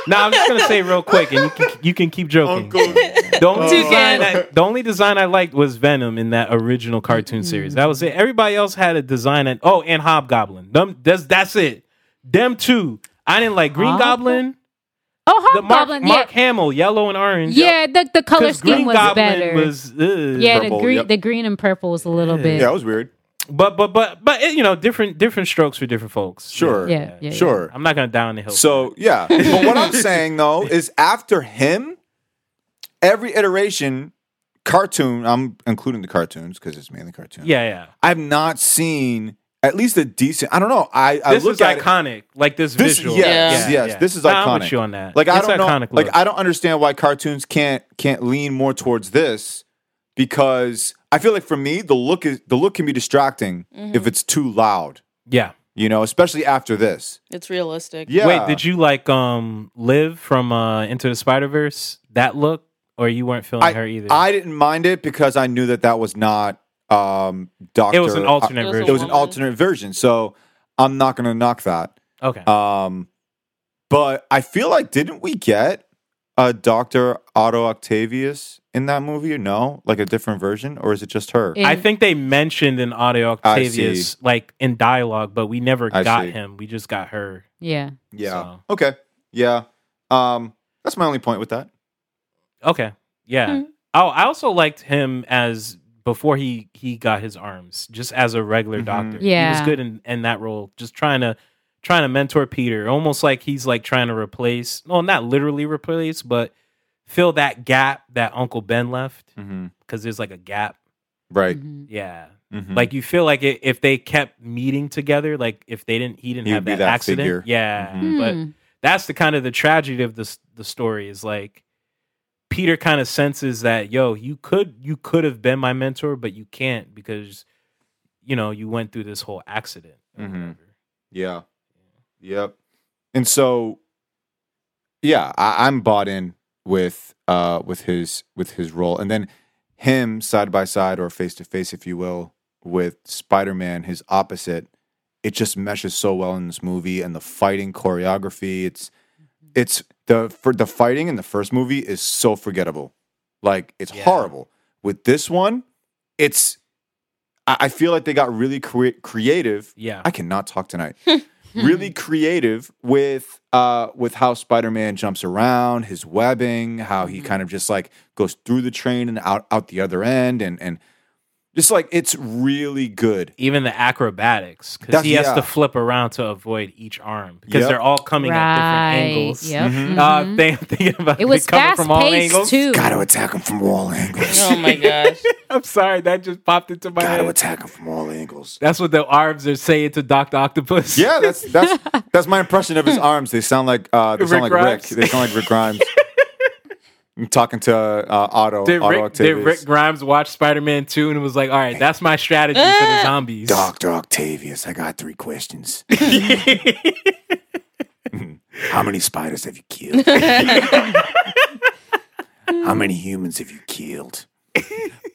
no, I'm just gonna say real quick, and you can, you can keep joking.
Uncle.
The only,
Toucan.
design I, the only design I liked was Venom in that original cartoon series. That was it. Everybody else had a design, and oh, and Hobgoblin. Them, that's that's it. Them two. I didn't like Green
Hob-
Goblin.
Oh,
The Mark,
Hobgoblin.
Mark
yeah,
Hamill, yellow and orange.
yeah. The, the color
'Cause
scheme
Green
was
Goblin
better.
was, ugh.
yeah,
Purple,
the green,
yep.
the green and purple was a little bit.
Yeah, it was weird.
but but but but it, you know, different different strokes for different folks.
Sure.
Yeah, yeah,
Sure.
I'm not gonna down the hill.
So yeah, but what I'm saying though is after him, every iteration, cartoon. I'm including the cartoons because it's mainly cartoons.
yeah, yeah.
I've not seen at least a decent. I don't know. I, I
This
look
is
at it-
iconic. Like this,
This-
visual.
yes,
Yeah.
yes, this is
Nah, I'm
iconic.
with you on that.
like I
It's
don't know.
iconic
Like
look.
I don't understand why cartoons can't can't lean more towards this because I feel like for me the look is the look can be distracting if it's too loud.
yeah.
You know, especially after this.
it's realistic.
Yeah.
Wait, did you like um Liv from uh Into the Spider Verse? That look, or you weren't feeling her either?
I didn't mind it because I knew that that was not um Doctor.
it was an
It
alternate
was a
It was
version.
an alternate version, so I'm not going to knock that.
okay.
Um, but I feel like didn't we get a Doctor Otto Octavius in that movie? No, like a different version, or is it just her?
It-
I think they mentioned an audio
I
Octavius
see.
like in dialogue, but we never
I
got
see.
him. We just got her.
yeah.
yeah.
so.
Okay. Yeah. Um, that's my only point with that.
Okay. Yeah.
Mm-hmm.
Hmm.
Oh, I also liked him as before he he got his arms, just as a regular
Mhm.
doctor. He
Yeah.
was good in, in that role, just trying to trying to mentor Peter, almost like he's like trying to replace, well, not literally replace, but fill that gap that Uncle Ben left
Mm-hmm.
because there's like a gap.
Right.
Mhm.
Yeah.
Mhm.
Like you feel like it, if they kept meeting together, like if they didn't, he didn't
He would
have
be
that,
that
accident.
figure.
Yeah.
Mhm.
Mm, But
Hmm.
that's the kind of the tragedy of this the story is like Peter kind of senses that yo you could you could have been my mentor but you can't because you know you went through this whole accident or
Mhm.
whatever.
Yeah. Yep. And so, yeah, I, I'm bought in with uh with his with his role, and then him side by side or face to face, if you will, with Spider Man, his opposite. It just meshes so well in this movie, and the fighting choreography. It's it's the for the fighting in the first movie is so forgettable, like it's
Yeah.
horrible. With this one, it's I, I feel like they got really cre- creative
yeah
I cannot talk tonight. really creative with uh with how Spider-Man jumps around, his webbing, how he kind of just like goes through the train and out out the other end and and just like it's really good.
even the acrobatics because
That's-
he has
yeah.
to flip around to avoid each arm because
Yep.
they're all coming at different
Right.
angles
Yep.
Mhm.
uh,
mhm.
think- thinking about
It was
they coming
fast
from all
paced
angles
too.
Gotta attack him from all angles.
Oh my gosh.
I'm sorry that just popped into my
Gotta
head
attack him from all angles.
that's what the arms are saying to Doctor Octopus
Yeah, that's that's that's my impression of his arms. They sound like uh they sound
Rick
like
Grimes.
Rick. They sound like Rick Grimes. I'm talking to uh Otto
Did
Otto
Rick, did
Octavius.
Rick Grimes watch Spider Man 2 and was like, all right, that's my strategy for the zombies?
Dr. Octavius, I got three questions. How many spiders have you killed? How many humans have you killed?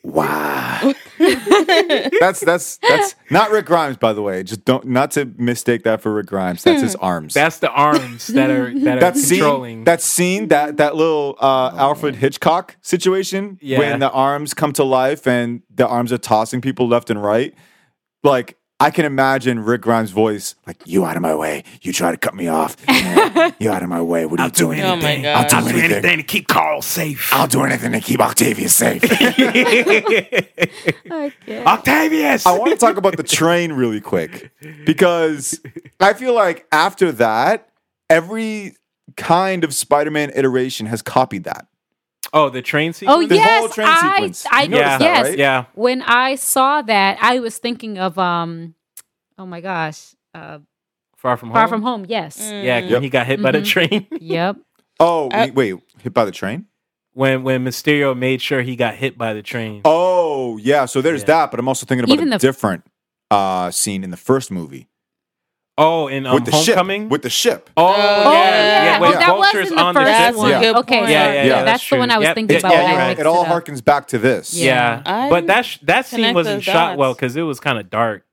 Wow. That's that's that's not Rick Grimes, by the way. Just don't not to mistake that for Rick Grimes. That's his arms.
That's the arms that are that are
that scene,
controlling. Oh,
that scene, that that little uh, Alfred Hitchcock situation
Yeah.
when the arms come to life and the arms are tossing people left and right. Like I can imagine Rick Grimes' voice, like "You out of my way! You try to cut me off! you out of my way! What are you doing?
Oh my
I'll
god.
do anything.
to keep Carl safe.
I'll do anything to keep Octavius safe."
Okay.
Octavius.
I want to talk about the train really quick because I feel like after that, every kind of Spider-Man iteration has copied that.
oh, the train scene.
Oh
The
yes,
whole train
I
sequence.
I
You noticed
yes.
that, right?
yeah.
When I saw that, I was thinking of um, oh my gosh, uh,
Far from
Far
home.
From Home. Mm-hmm. Yes.
Yeah,
Mm.
Yep.
when he got hit by the train.
yep.
Oh
Uh,
wait, wait, hit by the train?
when when Mysterio made sure he got hit by the train.
Oh yeah, so there's
Yeah.
that. But I'm also thinking about
Even
a
the-
different uh, scene in the first movie
Oh, and um,
with the
Homecoming.
ship. With the ship.
oh,
Oh,
yeah,
yeah.
yeah. when
Oh, that was
Vulture's
in the
on
first
ship.
That's
one.
a good
okay,
point.
so,
Yeah, yeah, yeah,
that's,
that's
the one
true.
I was
Yep.
thinking
It's
about.
all
when I
right.
it,
mixed
all
up.
harkens back to this.
Yeah.
Yeah,
I
but that sh- that scene
connect
wasn't
those
shot well
dots.
because it was kind of dark.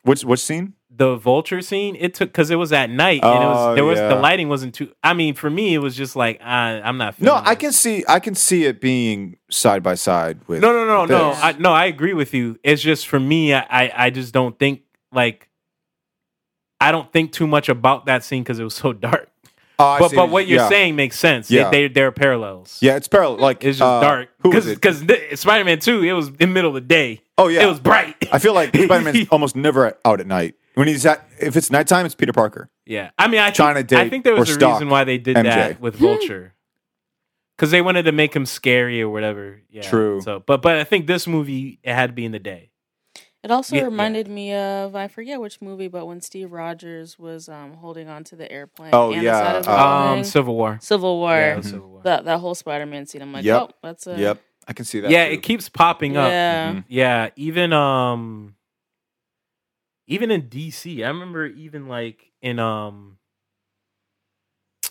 Which which scene?
The vulture scene, it took because it was at night and it
Oh,
was there was
yeah.
the lighting wasn't too. I mean, for me, it was just like I, I'm not.
No,
feeling
I
this.
can see I can see it being side by side with
No, no, no,
with
no.
this.
I, no, I agree with you. It's just for me, I, I, I just don't think like I don't think too much about that scene because it was so dark.
Oh, I
but
see
but what you're
yeah.
saying makes sense.
Yeah.
Yeah. They, they are parallels.
Yeah, it's parallel. Like
It's just
uh,
dark.
Who is it?
Because Spider Man 2, it was in the middle of the day.
Oh, yeah.
It was bright.
I feel like Spider Man's almost never out at night. When he's at, if it's nighttime, it's Peter Parker.
yeah. I mean, I,
China
think,
date
I think there
or
was a
stalk
reason why they did
MJ.
that with Vulture. Because they wanted to make him scary or whatever. Yeah.
True.
So, but but I think this movie it had to be in the day.
It also
Yeah, yeah.
reminded me of I forget which movie, but when Steve Rogers was um, holding on to the airplane.
Oh,
and
yeah,
The side of the
uh,
Um,
building.
Civil War.
Civil War.
Yeah, it was Civil War.
That that whole Spider-Man scene. I'm like,
Yep.
oh, that's a
Yep, I can see that.
yeah,
too.
it keeps uh, popping up. Mm-hmm.
Yeah.
Mhm.
Yeah, even um even in DC, I remember even like in um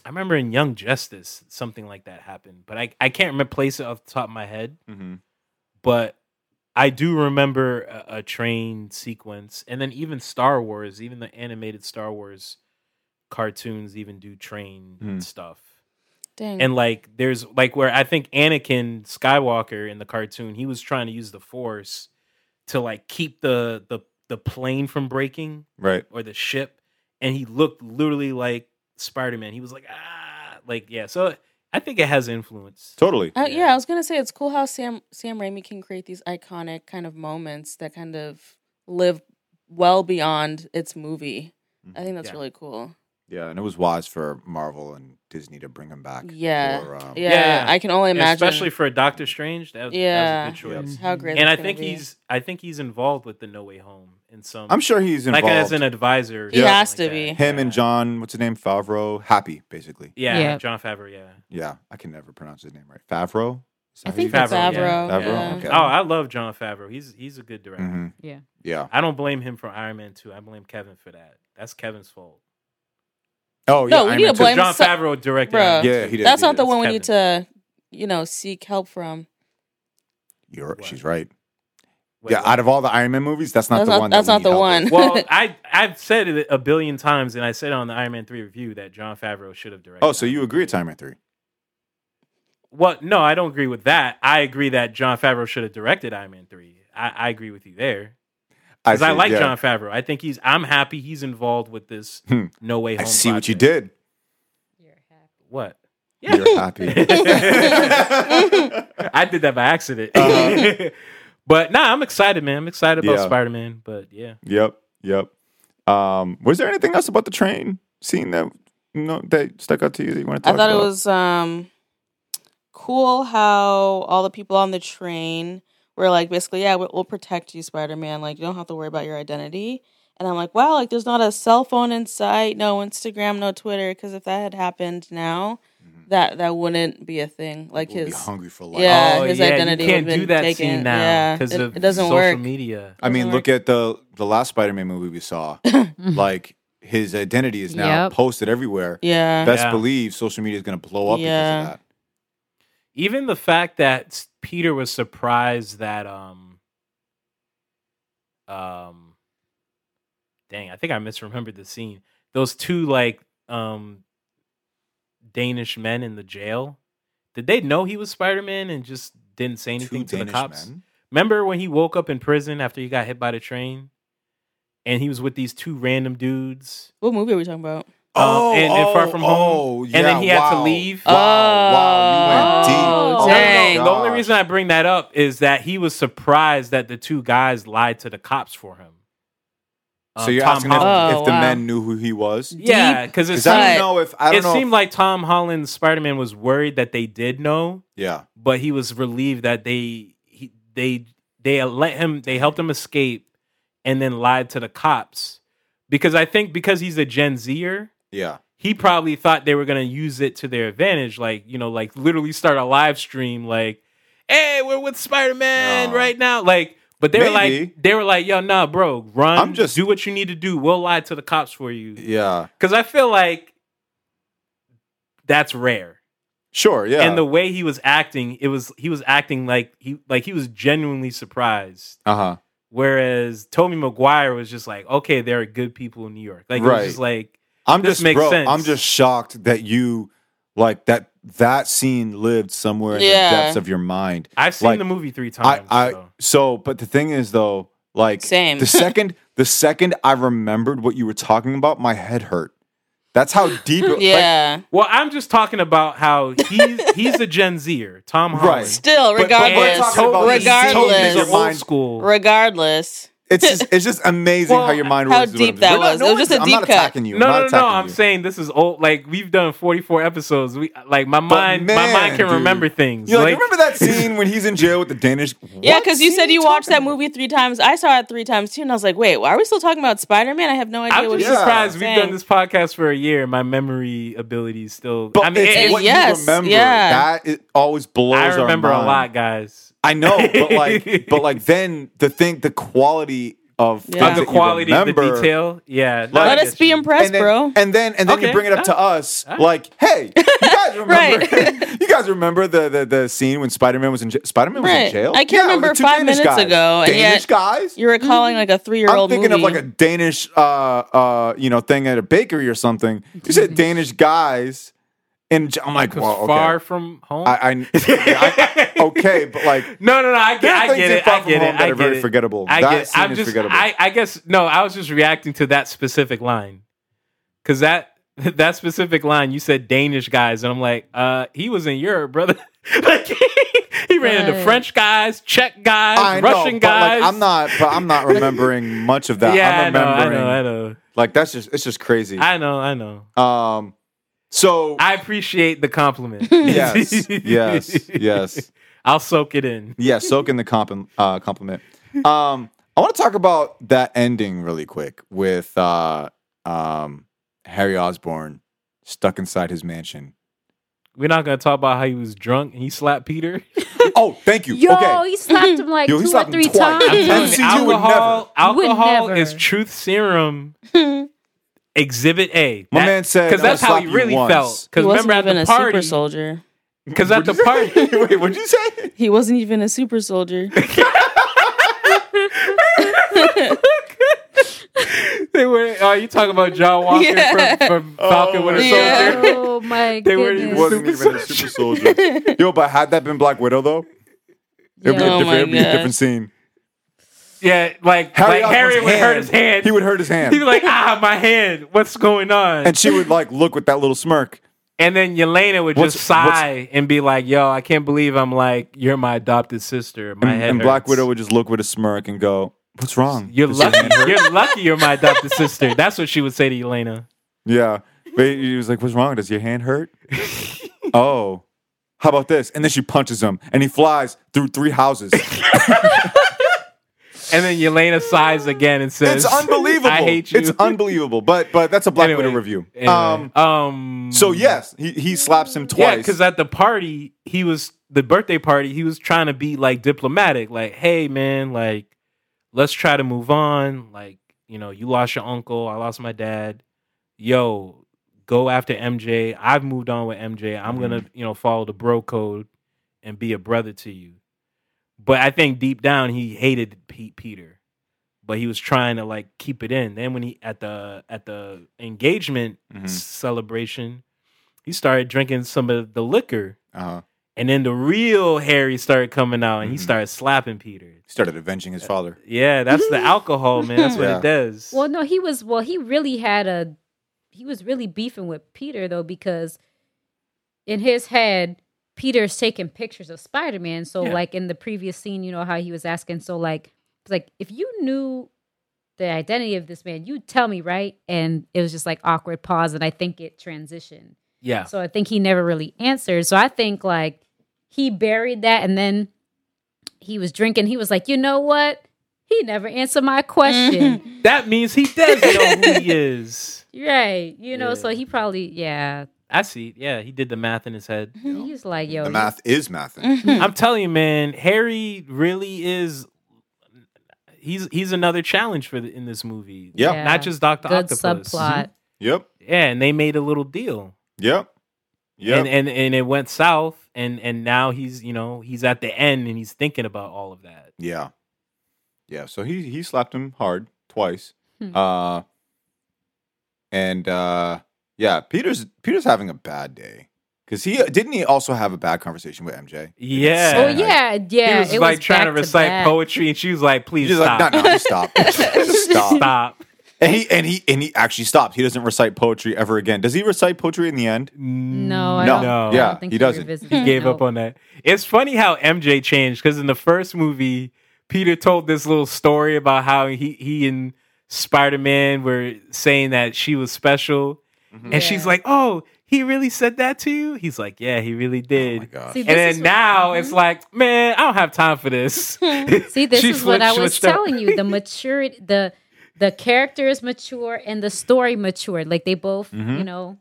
I remember in Young Justice something like that happened, but I I can't remember place it off the top of my head,
Mhm.
but I do remember a, a train sequence and then even Star Wars, even the animated Star Wars cartoons even do train
Hmm.
stuff
Dang.
and like there's like where I think Anakin Skywalker in the cartoon he was trying to use the Force to like keep the the the plane from breaking
right.
or the ship, and he looked literally like Spider Man. He was like ah like yeah. So I think it has influence.
Totally.
Uh, yeah.
Yeah.
I was gonna say it's cool how Sam Sam Raimi can create these iconic kind of moments that kind of live well beyond its movie. I think that's
Yeah.
really cool.
Yeah, and it was wise for Marvel and Disney to bring him back.
Yeah.
for, um,
Yeah,
Yeah.
I can only
And
imagine.
especially for Doctor Strange. That,
Yeah.
that was a good choice.
how great.
And I
that's gonna
think
be.
he's I think he's involved with the No Way Home in some.
I'm sure he's
like
involved.
as an advisor. or
He
something
has
like
to
that.
be.
him and
Yeah.
John, what's his name, Favreau, happy basically.
Yeah,
Yeah.
John Favreau. Yeah.
Yeah, I can never pronounce his name right. Favreau. Is that
I
how
think
you-
that's
Favreau,
Favreau.
yeah. Favreau,
yeah.
okay.
Oh, I love John Favreau. He's he's a good director.
Mhm.
Yeah.
Yeah.
I don't blame him for Iron Man 2. I blame Kevin for that. That's Kevin's fault.
Oh yeah.
No, we
Iron
need
Man
to
too.
blame
John
so-
Favreau directed.
Bruh.
Iron Man
Yeah,
2.
he did.
That's not
It's
the one we need to, you know, seek help from.
You're,
What?
she's right.
Wait,
yeah,
what?
out of all the Iron Man movies, that's not
That's
the
not-
one.
that's
that we
not the
need help
one.
with.
well, I I've said it a billion times, and I said on the Iron Man three review that John Favreau should have directed.
Oh, so you agree it's Iron Man three?
Well, no, I don't agree with that. I agree that John Favreau should have directed Iron Man three. I, I agree with you there because I,
see,
like
yeah.
John Favreau. I think he's. I'm happy he's involved with this.
Hmm.
No way.
I
Home
see what you
project.
did.
What?
You're happy.
I did that by accident.
Uh-huh.
but nah, I'm excited, man. I'm excited about
Yeah.
Spider Man. But yeah.
yep, yep. Um, was there anything else about the train scene that you know that stuck out to you that you want to
I
talk
thought
about?
it was um cool how all the people on the train were like, basically, yeah, we- we'll protect you, Spider Man. Like, you don't have to worry about your identity. And I'm like, wow, like there's not a cell phone in sight, no Instagram, no Twitter, because if that had happened now, that that wouldn't be a thing. Like
Mm-hmm. We'll be
his,
hungry for life.
yeah,
Oh,
his
yeah,
identity
You can't
would've been
do that
taken.
scene now
yeah,
because
it,
of
it doesn't
social
work.
media.
I mean,
doesn't
look at the the last Spider-Man movie we saw. like his identity is now
Yep.
posted everywhere.
Yeah,
Best
Yeah.
believe social media is going to blow up
Yeah.
because of that.
Even the fact that s- Peter was surprised that um um dang, I think I misremembered the scene. Those two like um Danish men in the jail. Did they know he was Spider-Man and just didn't say anything to the cops?
men.
Remember when he woke up in prison after he got hit by the train? And he was with these two random dudes.
What movie are we talking about?
Oh,
Uh, and- and Far
oh,
From Home.
oh,
And then
yeah,
he had to
wow.
leave.
Wow, wow, you went deep.
Oh,
Oh, my
dang.
Dang. The only
gosh.
reason I bring that up is that he was surprised that the two guys lied to the cops for him. Um,
So you're
Tom
asking if,
Holland.
Holland.
if the
Oh, wow.
men knew who he was?
yeah, because it
Because I
seemed,
don't know if I don't
it
know.
seemed
if-
like Tom Holland's Spider Man was worried that they did know,
yeah,
but he was relieved that they he, they they let him they helped him escape and then lied to the cops because I think because he's a Gen Zer,
yeah,
he probably thought they were gonna use it to their advantage, like you know, like literally start a live stream, like, "Hey, we're with Spider Man
No.
right now," like. But they were
Maybe.
like, they were like, "Yo, nah, bro, run.
I'm just-
do what you need to do. We'll lie to the cops for you."
yeah.
Because I feel like that's rare.
Sure, yeah.
And the way he was acting, it was he was acting like he like he was genuinely surprised.
uh huh.
Whereas Tommy Maguire was just like, "Okay, there are good people in New York." Like, it was
Right.
just like,
I'm
This
just
makes
bro,
sense.
I'm just shocked that you like that that scene lived somewhere in
Yeah.
the depths of your mind.
I've seen
Like,
the movie three times.
I, I
so.
so but the thing is though, like
Same.
the second the second I remembered what you were talking about, my head hurt. That's how deep it, like,
Yeah.
Well, I'm just talking about how he's he's a Gen Zer, Tom Holland.
Right.
Still,
But- but we're
regardless,
talking about
Totally-
these totally
regardless,
different
totally old school.
regardless.
it's just, it's just amazing how
Well,
your mind
how
works. is what
deep
I'm-
that
We're not-
was.
no
It was just
one's-
a
I'm
deep
not
cut.
attacking you. I'm
No,
not
no, no, no.
attacking
I'm
you.
saying this is old. Like we've done 44 episodes. We like my mind, my
man,
mind can
dude.
remember things.
You're like,
Like,
remember that scene when he's in jail with the Danish?
Yeah,
What
because you
scene
said you watched that
talking about?
movie three times. I saw it three times too, and I was like, "Wait, why are we still talking about Spider Man?" I have no idea
I'm
what
just
Yeah.
you're
surprised we've
saying.
done this podcast for a year. and My memory ability is still.
But
I mean,
it's
it-
what
yes,
you remember.
yeah.
That it always blows.
I
our
remember a
mind.
lot, guys.
I know, but like, but like, then the thing, the quality of
Yeah.
things
Of
that
the
you
quality, of the
remember,
detail. Yeah, no, I
Let
Like-
get
us be
you.
impressed,
and then,
bro.
and then and then
Okay, Ah.
you bring it up to us, like, hey, you guys remember?
Right.
you guys remember the the, the scene when Spider Man was in Spider Man was
Right.
in jail?
I can't
Yeah, with
remember
the two
five
Danish
minutes
guys.
ago, and
Danish
yet
guys.
You're recalling like a three year
I'm
old movie.
thinking of like a Danish, uh, uh, you know, thing at a bakery or something. You said Danish guys, and j- I'm like,
Because
well, okay.
Far from home.
I, I, yeah, I- okay, but like
no, no, no. I
there
get,
are
I
things
get
in
it.
Far
I
From
get it.
Home that
I
are very
get it.
forgettable.
I
that
guess
scene
I'm
is
just
forgettable.
I, I guess no, I was just reacting to that specific line. Cause that that specific line you said Danish guys, and I'm like, uh, he was in Europe, brother. like he ran into
Right.
French guys, Czech guys,
I know,
Russian
but
guys.
like, I'm not, but I'm not remembering much of that.
Yeah, i
I'm remembering
know, I know,
like that's just it's just crazy.
I know. I know, I know.
um, so
I appreciate the compliment.
yes, yes, yes,
I'll soak it in.
yes. Soak in the compli- uh, compliment. Um, I want to talk about that ending really quick with uh, um, Harry Osborne stuck inside his mansion.
We're not gonna talk about how he was drunk and he slapped Peter.
Oh, thank you.
Yo,
okay,
he slapped him like
Yo, he
two or
slapped him
three
twice.
I'm telling
times.
you,
MCU would
alcohol,
never.
alcohol
Would never.
is truth serum. exhibit A.
My man said,
because
"I'm
that's
gonna
how he
slap you
really
once."
felt.
he
Because
wasn't
remember at
even
the
a
party,
super soldier.
because at the party,
wait, what'd you say?
He wasn't even a super soldier.
they were. Oh, you talking about John Walker
Yeah.
from, from Falcon Winter
my
Soldier?
Yeah.
Oh my
They were-
He
goodness!
wasn't even a super soldier. Yo, but had that been Black Widow though, it'd be,
Yeah.
a,
Oh
different,
my
it'd be a
God.
different scene.
Yeah, like
Harry
Harry, like, Harry would
Osborn's
hurt his hand.
He would hurt his hand,
He'd be like, ah, my hand. What's going on?
and
And,
she would like look with that little smirk.
then Yelena would
What's-
just sigh and be like, "Yo, I can't believe I'm like you're my adopted sister. My
And,
head
and Black
hurts."
Widow would just look with a smirk and go, "What's wrong?
You're
Does
lucky.
your hand hurt?"
You're lucky. You're my adopted sister. That's what she would say to Yelena.
Yeah. But he was like, "What's wrong? Does your hand hurt?" oh, how about this? And then she punches him, and he flies through three houses.
And then Yelena sighs again and says,
it's unbelievable.
I hate you."
It's unbelievable. But but that's a Black
Anyway,
Widow review.
anyway.
Um,
um,
so yes, he, he slaps him
Yeah,
twice.
because at the party, he was the birthday party. He was trying to be like diplomatic, like, "Hey, man, like, let's try to move on. Like, you know, you lost your uncle, I lost my dad.
Mm-hmm.
Yo, go after MJ. I've moved on with MJ. I'm gonna, you know, follow the bro code and be a brother to you. But I think deep down he hated Pete Peter, but he was trying to like keep it in. Then when he at the at the engagement
Mhm.
celebration, he started drinking some of the liquor,
Uh-huh.
and then the real Harry started coming out, and he
Mhm.
started slapping Peter.
He started avenging his father.
Yeah, that's the alcohol, man. That's what
Yeah.
it does.
Well, no, he was. Well, he really had a. He was really beefing with Peter though because, in his head, Peter's taking pictures of Spider Man. So
Yeah.
like in the previous scene, you know how he was asking. So like, it's like if you knew the identity of this man, you'd tell me, right? And it was just like awkward pause, and I think it transitioned.
yeah,
So I think he never really answered. So I think like he buried that and then he was drinking. He was like, you know what? He never answered my
Mm-hmm.
question.
that means he does know who he is.
right. You know, so
Yeah.
he probably, yeah.
I see. Yeah, he did the math in his head.
He was like, yo,
The
you- Mm-hmm.
math is
Mm-hmm.
mathing.
Hmm.
I'm telling you, man, Harry really is. He's he's another challenge for the, in this movie.
Yep.
Yeah.
not just Doctor
good
Octopus.
subplot.
Yep.
Yeah, and they made a little deal,
Yep. Yep.
and and and it went south, and and now he's you know he's at the end, and he's thinking about all of that.
Yeah. Yeah. So he he slapped him hard twice.
Hmm.
Uh and uh yeah, Peter's Peter's having a bad day. Cause he didn't he also have a bad conversation with MJ?
Yeah.
Oh,
Saturday night?
yeah. Yeah.
he was
it
like trying to
back
recite
back.
poetry, and she was like, "Please
He's
stop,
like, no, no, just stop. Just stop.
stop."
And he and he and he actually stops. He doesn't recite poetry ever again. Does he recite poetry in the end?
No, I
No.
don't, I don't
Yeah,
think
he doesn't.
revisited
he
it,
gave
no.
up on that. It's funny how MJ changed because in the first movie, Peter told this little story about how he he and Spider Man were saying that she was special,
Mm-hmm.
and she's
Yeah.
like, "Oh, he really said that to you?" He's like, "Yeah, he really
Oh
did."
my gosh.
See,
and
This
then
is-
now it's like, "Man, I don't have time for this."
See, this
She
is what
flipped-
I
she
was
switched up.
telling you. The maturity, the the character is mature and the story matured. Like they both,
Mm-hmm.
you know,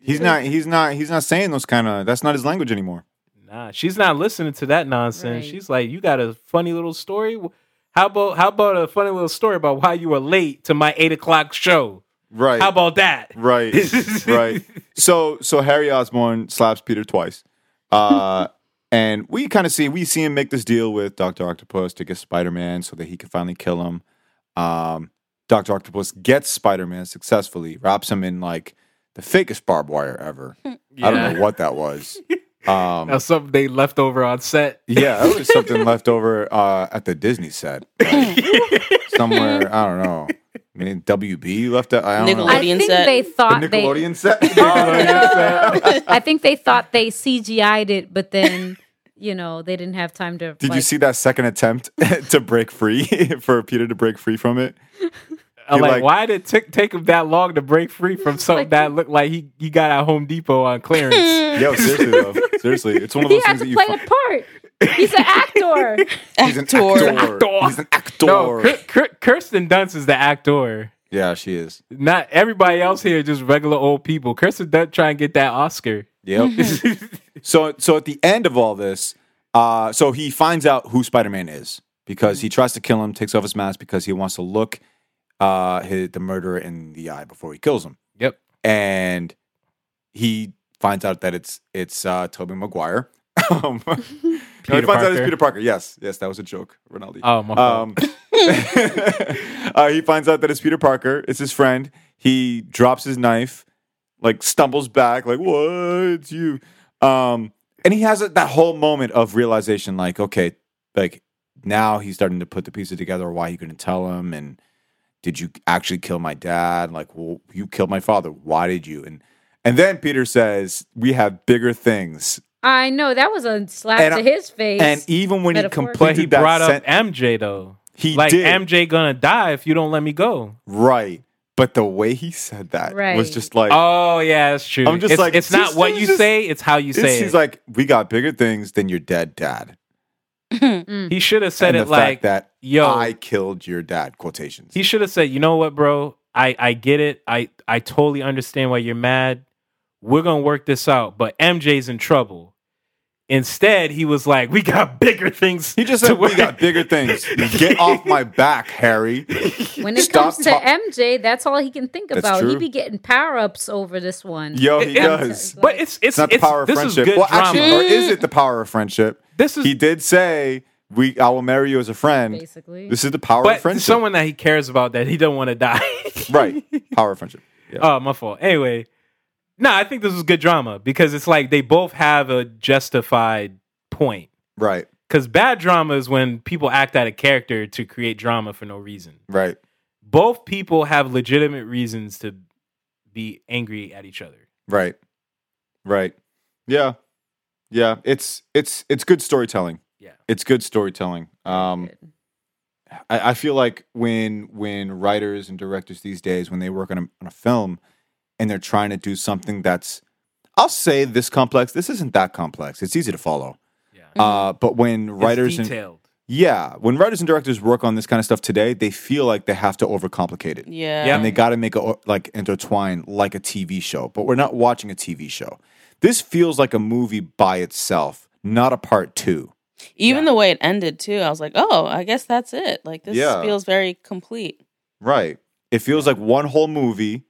He's not he's not he's not saying those kind of that's not his language anymore.
Nah, she's not listening to that nonsense.
Right.
She's like, "You got a funny little story? How about how about a funny little story about why you were late to my eight o'clock show?
Right.
How about that?"
Right. right. So so Harry Osborn slaps Peter twice. Uh and we kind of see we see him make this deal with Dr. Octopus to get Spider-Man so that he can finally kill him. Um Dr. Octopus gets Spider-Man successfully, wraps him in like the fakest barbed wire ever.
Hmm.
I don't know what that was. Um
Now something they left over on set.
yeah, that was something left over uh at the Disney set. Like, somewhere, I don't know. I mean WB left that I don't know.
I
Nickelodeon
think
set.
they thought
The
they. Oh,
Nickelodeon set.
I think they thought they CGI'd it, but then you know they didn't have time to.
Did you
like-
see that second attempt to break free for Peter to break free from it?
I'm
He
like,
like-
why did it take take him that long to break free from something that looked like he, he got at Home Depot on clearance?
Yo, seriously though, seriously, it's one of
He
those
had
things
to
that you.
play
fi-
a part. He's an actor.
he's an
Actor.
actor.
Actor.
He's an actor.
no, Kir- Kir- Kirsten Dunst is the actor.
yeah, she is.
Not everybody else here, just regular old people. Kirsten Dunst trying to get that Oscar.
Mm-hmm.
Yep. so, so at the end of all this, uh, so he finds out who Spider Man is because he tries to kill him, takes off his mask because he wants to look uh, his, the murderer in the eye before he kills him.
Yep.
and he finds out that it's it's uh Toby Maguire. um, no, he
Peter
finds out it's
Parker.
Peter Parker. Yes, yes, that was a joke, Rinaldi.
Oh my
um, uh, he finds out that it's Peter Parker. It's his friend. He drops his knife, like stumbles back, like what? It's you. Um, and he has that whole moment of realization, like okay, like now he's starting to put the pieces together. Why you going to tell him? And did you actually kill my dad? Like, well, you killed my father. Why did you? And and then Peter says, "We have bigger things."
I know that was a slap
And
to
I-
his face.
And even when he
metaphorically.
completed
But he
that
brought up
sen-
MJ though.
he
like
did
MJ gonna die if you don't let me go.
right, but the way he said that was
Right.
just like,
Oh yeah, that's true.
I'm just
it's,
like,
it's not
this
what
dude's
you
just-
say, it's how you
this-
say
he's
it.
like, "We got bigger things than your dead dad."
he should have said
and
it
the fact
like
that
yo,
I killed your dad quotations.
He should have said, "You know what, bro? I I get it. I I totally understand why you're mad. We're gonna work this out." But MJ's in trouble. Instead, he was like, "We got bigger things."
He just
to
said, "We
work."
got bigger things. Get off my back, Harry."
when it
Stop
comes to
talk-
MJ, that's all he can think
That's
about. He
true.
be getting power ups over this one.
Yo, oh, he
It- it-
does.
But it's
It's
it's,
not the
it's-
power of
this
friendship.
is good
well,
drama.
actually, or is it the power of friendship?
This is
He did say, "We, I will marry you as a friend."
basically.
This is the power
but
of friendship,
someone that he cares about that he don't want to die.
right? Power of friendship. Yeah.
Oh, my fault. Anyway, no, I think this was good drama because it's like they both have a justified point.
Right,
Because bad drama is when people act out of character to create drama for no reason.
right.
Both people have legitimate reasons to be angry at each other.
Right. Right. Yeah. Yeah. It's it's it's good storytelling.
Yeah.
It's good storytelling. Um
Good.
I, I feel like when when writers and directors these days, when they work on a on a film and they're trying to do something that's I'll say this complex. This isn't that complex. It's easy to follow.
Yeah.
Uh, but when writers
it's
and
detailed.
yeah, when writers and directors work on this kind of stuff today, they feel like they have to overcomplicate it
Yeah.
Yeah.
and they got to make it uh, like intertwine like a TV show. But we're not watching a TV show. This feels like a movie by itself, not a part two.
Even
Yeah.
the way it ended too, I was like, oh, I guess that's it. Like this
Yeah.
feels very complete.
Right. It feels like one whole movie,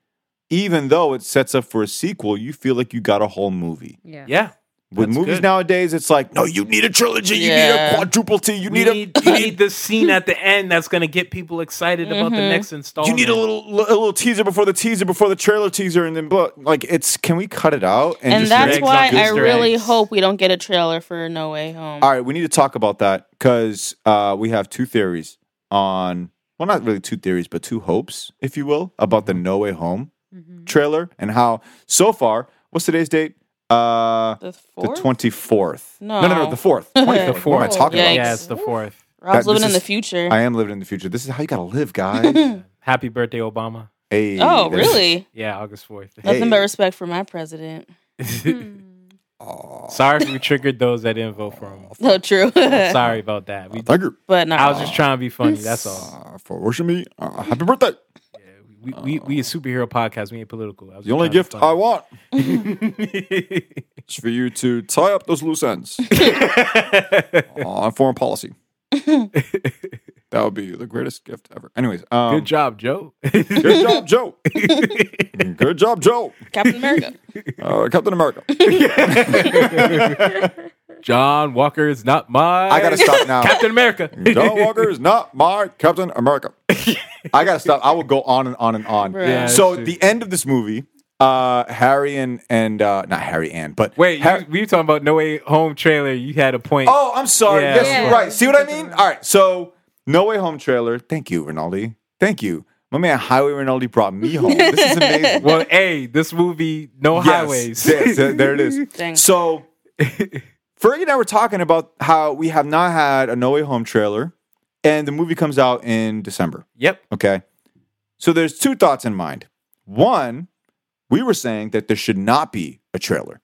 even though it sets up for a sequel. You feel like you got a whole movie.
Yeah.
yeah.
With
That's
movies
good.
nowadays, it's like, no, you need a trilogy, you need
Yeah.
a quadruple T, you
We
need a,
need, you need the scene at the end that's going to get people excited about the
Mhm.
next installment.
you need a little a little teaser before the teaser before the trailer teaser, and then blah. like it's can we cut it out
And,
just
that's
make
eggs
why
on
I
Easter
really
eggs.
hope we don't get a trailer for No Way Home.
All right, we need to talk about that because uh, we have two theories on, well, not really two theories, but two hopes, if you will, about
Mm-hmm.
the No Way Home
Mhm.
trailer and how so far. What's today's date? Uh, the
The fourth.
twenty fourth.
No.
no, no, the fourth. 24th.
The
What am I
fourth.
talking
Yikes.
Yeah, it's the fourth.
Rob's
that-
living
this
in the
is-
future.
about? I am living in the future. This is how you gotta live, guys.
Happy birthday, Obama.
hey,
oh,
there's-
really?
Yeah, August 4th.
Hey.
Nothing but respect for my president.
Aw,
Sorry if we triggered those that didn't vote for him.
No, true.
Sorry about that. We,
thank you
but no.
I was just trying to be funny. That's all.
uh, for wishing me uh, happy birthday.
Yeah, we, we, we a superhero podcast. We ain't political. I was
The only
just
gift I
trying
want
to be
is for you to tie up those loose ends Uh,
funny.
on foreign policy. That would be the greatest gift ever. Anyways, um,
Good job, Joe.
Good job, Joe. Good job, Joe.
Captain America.
Uh, Captain America.
John Walker is not my.
I gotta stop now.
Captain America.
John Walker is not my Captain America. I gotta stop. I will go on and on and on.
Bruh. Yeah,
so
that's
the end of this movie, uh, Harry and and uh, not Harry Ann, but
Wait,
Har-
you, we were talking about No Way Home trailer. You had a point.
oh, I'm sorry.
Yeah.
Yes,
Yeah.
you're right. See what I mean? All right. So No Way Home trailer. Thank you, Rinaldi. Thank you, my man. Highway Rinaldi brought me home. This is amazing.
Well, hey, this movie, No
Yes.
Highways.
Yes, there- there it is.
Dang.
So, Fergie and I were talking about how we have not had a No Way Home trailer, and the movie comes out in December.
yep.
Okay. So, there's two thoughts in mind. One, we were saying that there should not be a trailer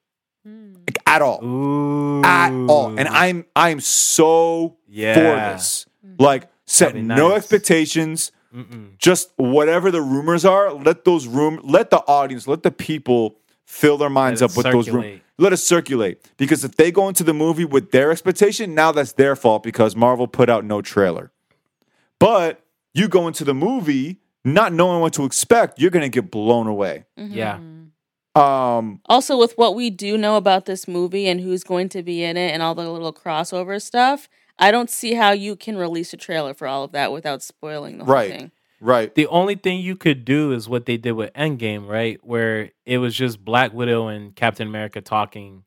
Mm.
like, at all,
Ooh.
at all. oh, And I'm I'm so
Yeah.
for this. Like, set
That'd be
no
nice.
expectations.
Mm-mm.
Just whatever the rumors are, let those room, let the audience, let the people fill their minds
Let
up
it
with those rumors
circulate.
let us circulate because if they go into the movie with their expectation, now that's their fault because Marvel put out no trailer. But you go into the movie not knowing what to expect, you're going to get blown away.
Yeah.
Um,
Also, with what we do know about this movie and who's going to be in it and all the little crossover stuff, I don't see how you can release a trailer for all of that without spoiling the whole
Right.
thing.
right.
The only thing you could do is what they did with Endgame, right? Where it was just Black Widow and Captain America talking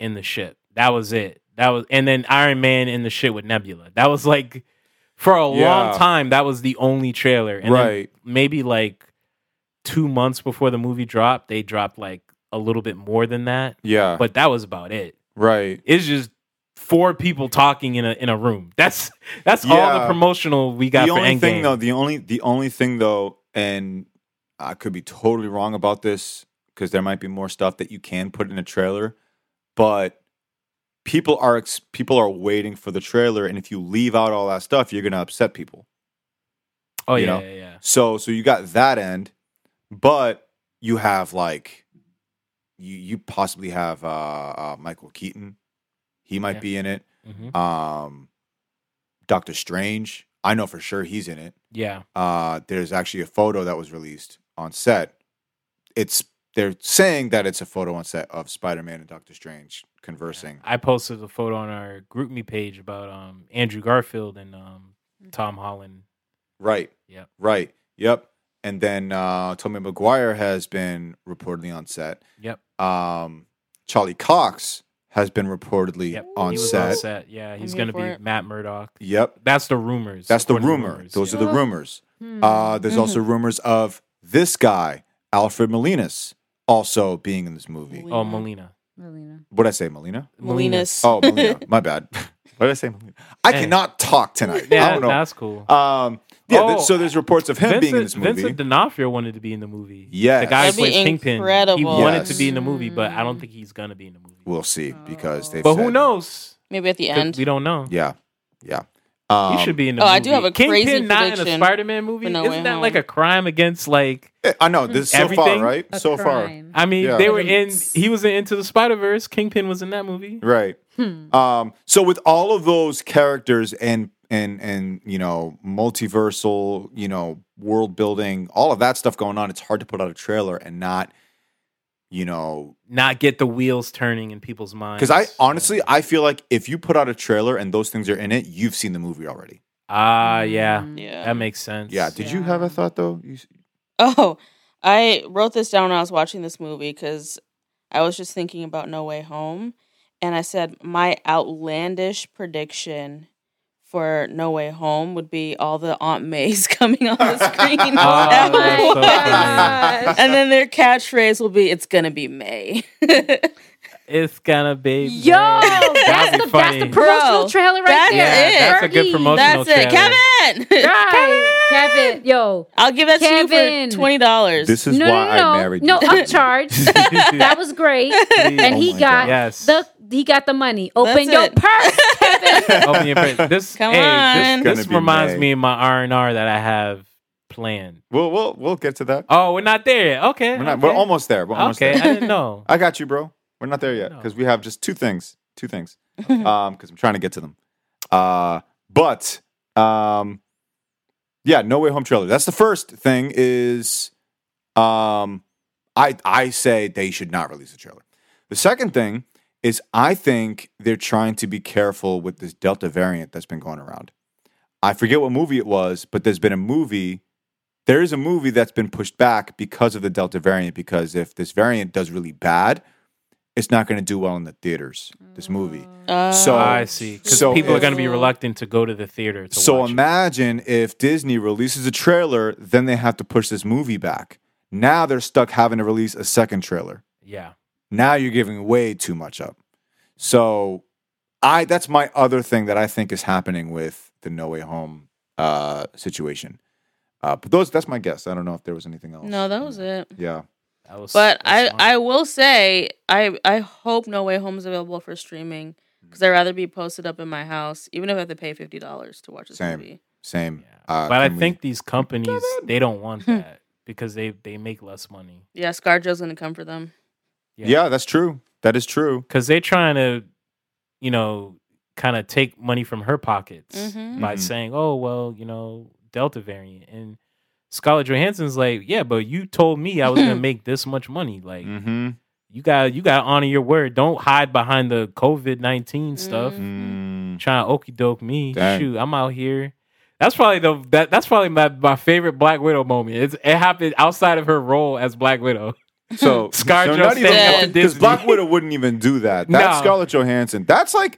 in the ship. That was it. That was and then Iron Man in the shit with Nebula. That was like for a
Yeah.
long time that was the only trailer. And then
right.
maybe like 2 months before the movie dropped, they dropped like a little bit more than that,
Yeah.
but that was about it.
right.
It's just four people talking in a in a room. That's that's all the
Yeah.
promotional we got
The
for
only
Endgame.
thing though, the only the only thing though, and I could be totally wrong about this because there might be more stuff that you can put in a trailer, but people are ex- people are waiting for the trailer, and if you leave out all that stuff, you're gonna upset people.
oh
you
yeah,
know?
yeah, yeah.
So so you got that end, but you have like you you possibly have uh, uh Michael Keaton, he might
Yeah.
be in it.
Mhm.
Um, Doctor Strange, I know for sure he's in it.
Yeah.
uh, there's actually a photo that was released on set. It's they're saying that it's a photo on set of Spider-Man and Doctor Strange conversing.
I posted a photo on our group me page about um Andrew Garfield and um
Mm.
Tom Holland.
Right.
Yep.
Right. Yep. And then uh, Tommy McGuire has been reportedly on set.
Yep.
Um, Charlie Cox has been reportedly
Yep.
on
he was
set.
on set. Yeah, he's
here
gonna
for
be
it.
Matt Murdock.
Yep.
That's the rumors.
That's the
according to
rumor.
rumors,
Those
yeah.
are the
yeah.
rumors.
Mm-hmm. Hmm.
Uh, there's also rumors of this guy, Alfred Molinas, also being in this movie.
Molina.
Oh, Molina.
Melina.
What did I say, Molina?
Molinas.
Oh, Molina. My bad. what did I say? Molina? I
Hey.
cannot talk tonight.
Yeah,
I don't know.
that's cool.
Um, yeah, th-
Oh,
so there's reports of him
Vincent,
being in this movie.
Vincent D'Onofrio wanted to be in the movie.
Yes.
the guy who
That'd be
plays Kingpin. He
incredible.
wanted
Yes.
to be in the movie, but I don't think he's gonna be in the movie.
we'll see because they.
but who knows?
Maybe at the
'Cause
end.
We don't know.
Yeah, yeah. Um,
he should be in the
Oh,
movie.
I do have a
Kingpin
crazy
not in a
prediction
Spider-Man movie.
for No Way
Isn't that
Home.
like a crime against like?
eh, I know this so far,
Everything?
right?
A
so
crime.
I mean,
Yeah.
they were in.
Elements.
He was in Into the Spider Verse. Kingpin was in that movie.
far, right?
Hmm.
Um, so with all of those characters and and and you know multiversal, you know world building, all of that stuff going on, it's hard to put out a trailer and not, you know,
Not get the wheels turning in people's minds.
because I honestly I feel like if you put out a trailer and those things are in it, you've seen the movie already.
ah, yeah,
Hmm.
yeah.
that makes sense.
Yeah. Did you
Yeah.
have a thought though? You, s-
Oh, I wrote this down when I was watching this movie because I was just thinking about No Way Home. And I said, my outlandish prediction for No Way Home would be all the Aunt Mays coming on the screen.
Oh,
That
that's so
was-
funny.
gosh.
and then their catchphrase will be, it's going to be May.
it's gonna be
Yo, that's
That'd
the,
be
that's the
funny.
promotional
Bro,
trailer right
that's
there.
it.
That's a good
Fergie.
promotion.
That's it. Kevin!
Right, Kevin. Yo,
I'll give that
Kevin.
to you for $20.
this is
no,
why
no, no,
I married
no
you.
upcharge. that was great, and
Oh
he
my
got
God.
Yes.
the he got the money. Open
That's
your purse,
it.
Kevin.
Open your print. This
Come
hey,
on.
This,
Gonna
this
be
reminds
May.
me of my R and R that I have planned.
We'll we'll we'll get to that.
Oh, we're not there. yet. Okay,
We're not.
okay.
We're almost there. We're almost
Okay,
there.
I didn't know.
I got you, bro. We're not there yet
No.
because we have just two things, two things, um, because I'm trying to get to them. Uh, but um, yeah, No Way Home trailer. That's the first thing. Is um, I I say they should not release a trailer. The second thing is I think they're trying to be careful with this Delta variant that's been going around. I forget what movie it was, but there's been a movie there is a movie that's been pushed back because of the Delta variant. Because if this variant does really bad, it's not going to do well in the theaters. This movie.
Mm.
Uh,
So-
I see. Because
Oh, So
people are
if-
going to be reluctant to go to the theater. To
So
watch it.
imagine if Disney releases a trailer, then they have to push this movie back. Now they're stuck having to release a second trailer.
yeah,
Now you're giving way too much up. So I that's my other thing that I think is happening with the No Way Home uh, situation. Uh, but those that's my guess. I don't know if there was anything else.
no, that was it.
Yeah.
that was.
But I,
that's smart.
I will say I I hope No Way Home is available for streaming because I'd rather be posted up in my house, even if I have to pay fifty dollars to watch this
Same.
movie.
Same.
Yeah.
Uh,
but I
can we-
think these companies they don't want that because they they make less money.
Yeah, ScarJo's gonna come for them.
Yeah, that's true. That is true.
because they're trying to, you know, kind of take money from her pockets
Mhm.
by
Mhm.
saying, "Oh well, you know, Delta variant." And Scarlett Johansson's like, "Yeah, but you told me I was gonna make this much money. Like,
Mm-hmm.
you got you got to honor your word. Don't hide behind the COVID nineteen stuff.
Mhm.
Mm.
Trying to okey doke me.
Dang.
Shoot, I'm out here." That's probably the that, that's probably my, my favorite Black Widow moment. It's, it happened outside of her role as Black Widow.
So
ScarJo
standing up to
because
Disney.
Black Widow wouldn't even do that.
No.
That's Scarlett Johansson. That's like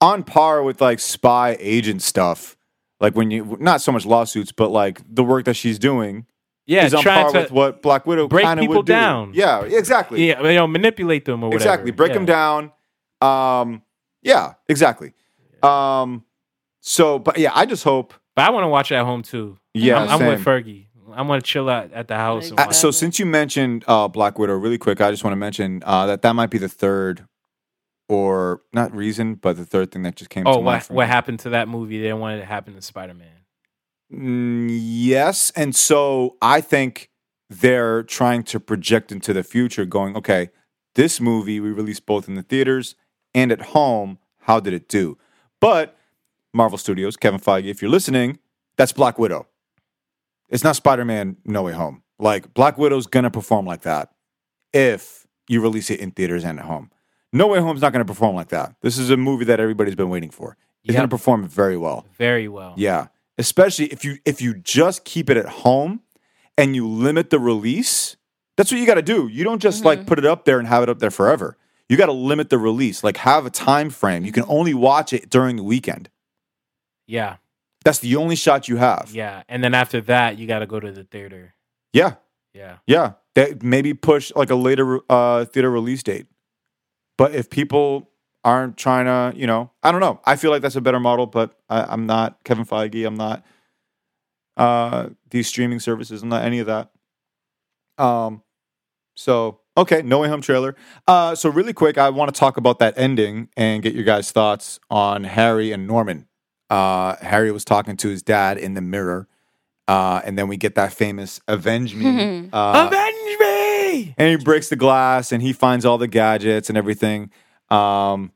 on par with like spy agent stuff. Like when you not so much lawsuits, but like the work that she's doing
Yeah,
is on
trying
par
to
with what Black Widow
break
kind of
people
would do.
down.
Yeah, exactly.
yeah, you know, manipulate them or whatever.
exactly. Break
Yeah.
them down. Um, yeah, exactly. Um, so, but yeah, I just hope.
But I want to watch it at home too.
Yeah,
I'm, I'm
same.
with Fergie. I want to chill out at the house. And
Uh,
Like-
watch.
so
Exactly.
since you mentioned uh, Black Widow, really quick, I just want to mention uh, that that might be the third, or not reason, but the third thing that just came. to
Oh,
mind
what
for
what
me.
happened to that movie? They didn't want it to happen to Spider Man.
Mm, yes, and so I think they're trying to project into the future, going, okay, this movie we released both in the theaters and at home. How did it do? But Marvel Studios, Kevin Feige, if you're listening, that's Black Widow. It's not Spider Man No Way Home. Like, Black Widow's gonna perform like that if you release it in theaters and at home. No Way Home's not going to perform like that. This is a movie that everybody's been waiting for. It's
Yep.
going to perform very well.
Very well.
Yeah, especially if you if you just keep it at home and you limit the release. That's what you got to do. You don't just like put it up there and have it up there forever. You got to limit the release. Like have a time frame. You can only watch it during the weekend.
Yeah.
That's the only shot you have.
Yeah. And then after that, you got to go to the theater.
yeah,
Yeah.
yeah. That maybe push like a later uh, theater release date. But if people aren't trying to, you know, I don't know. I feel like that's a better model, but I, I'm not Kevin Feige. I'm not uh, these streaming services. I'm not any of that. Um, so okay, No Way Home trailer. Uh, so really quick, I want to talk about that ending and get your guys' thoughts on Harry and Norman. Uh, Harry was talking to his dad in the mirror, uh, and then we get that famous "Avenge me." uh,
Avenge me.
and he breaks the glass and he finds all the gadgets and everything. Um,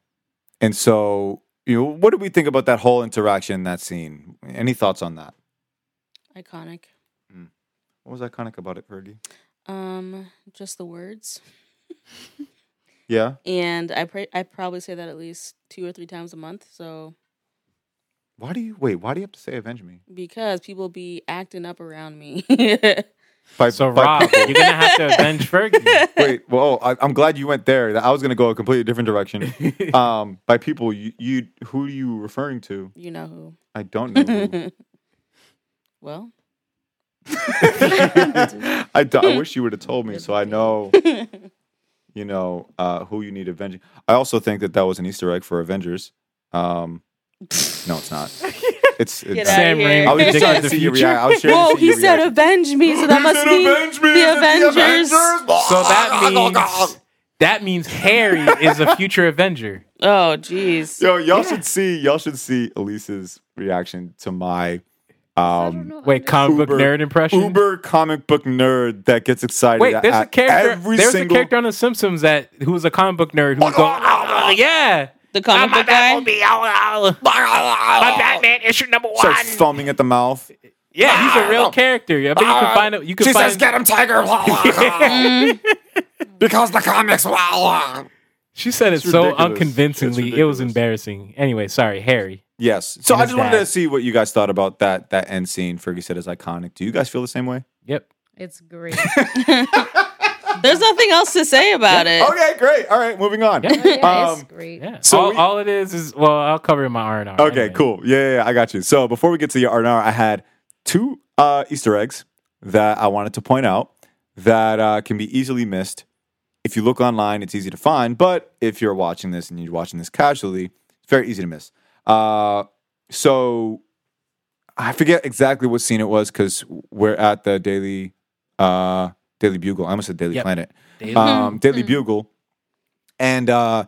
and so, you know, what did we think about that whole interaction, that scene? Any thoughts on that?
Iconic.
What was iconic about it, Fergie?
Um, just the words.
Yeah,
And I pray I probably say that at least two or three times a month. So
why do you wait? Why do you have to say "avenge me"?
because people be acting up around me.
By,
So
by
Rob,
people.
you're gonna have to avenge Fergie.
wait, well, I, I'm glad you went there. I was going to go a completely different direction. Um, by people, you, you who are you referring to?
you know who.
I don't know. who.
Well,
I, do- I wish you would have told me so I know. You know uh, who you need avenging. I also think that that was an Easter egg for Avengers. Um, no, it's not. It's, it's
Get
not.
out.
Sam
here.
Raimi.
I was
Dick
just trying
of
to
the
see your
Future.
reaction. I was trying
whoa!
to see
He
your
said,
reaction.
"Avenge me," so that must be the Avengers.
So that means that means Harry is a future Avenger.
Oh, jeez.
Yo, y'all should see. Y'all should see Elise's reaction to my
I
um,
don't know.
Wait, comic book
Uber-
nerd impression.
uber comic book nerd that gets excited.
Wait, there's a
at
character.
Every
there's
single
a character on The Simpsons that who was a comic book nerd who was going, "Oh, yeah,
The comic book guy.
my Batman issue number one.
starts foaming at the mouth.
yeah, he's a real character. I bet you
Uh,
can find it. You can
She
find.
says, "Get him, Tiger!" Mm-hmm. because the comics.
she said it
It's
so
ridiculous.
unconvincingly.
It's
It was
ridiculous.
embarrassing. Anyway, sorry, Harry.
Yes. So
And
I
his
just wanted
dad.
to see what you guys thought about that that end scene. Fergie said is iconic. Do you guys feel the same way?
Yep.
It's great.
There's nothing else to say about it.
Okay, great. All right, moving on.
Yeah.
Yeah, it's
Um,
great.
Yeah.
So
all,
we-
all it is is well, I'll cover it in my R and R.
Okay, cool. Yeah, yeah, yeah, I got you. So before we get to your R&R, I had two uh, Easter eggs that I wanted to point out that uh, can be easily missed. If you look online, it's easy to find, but if you're watching this and you're watching this casually, it's very easy to miss. Uh, so I forget exactly what scene it was because we're at the Daily uh, Daily Bugle. I almost said Daily
Yep.
Planet
Daily-
Mm-hmm.
um, Daily Bugle, and uh,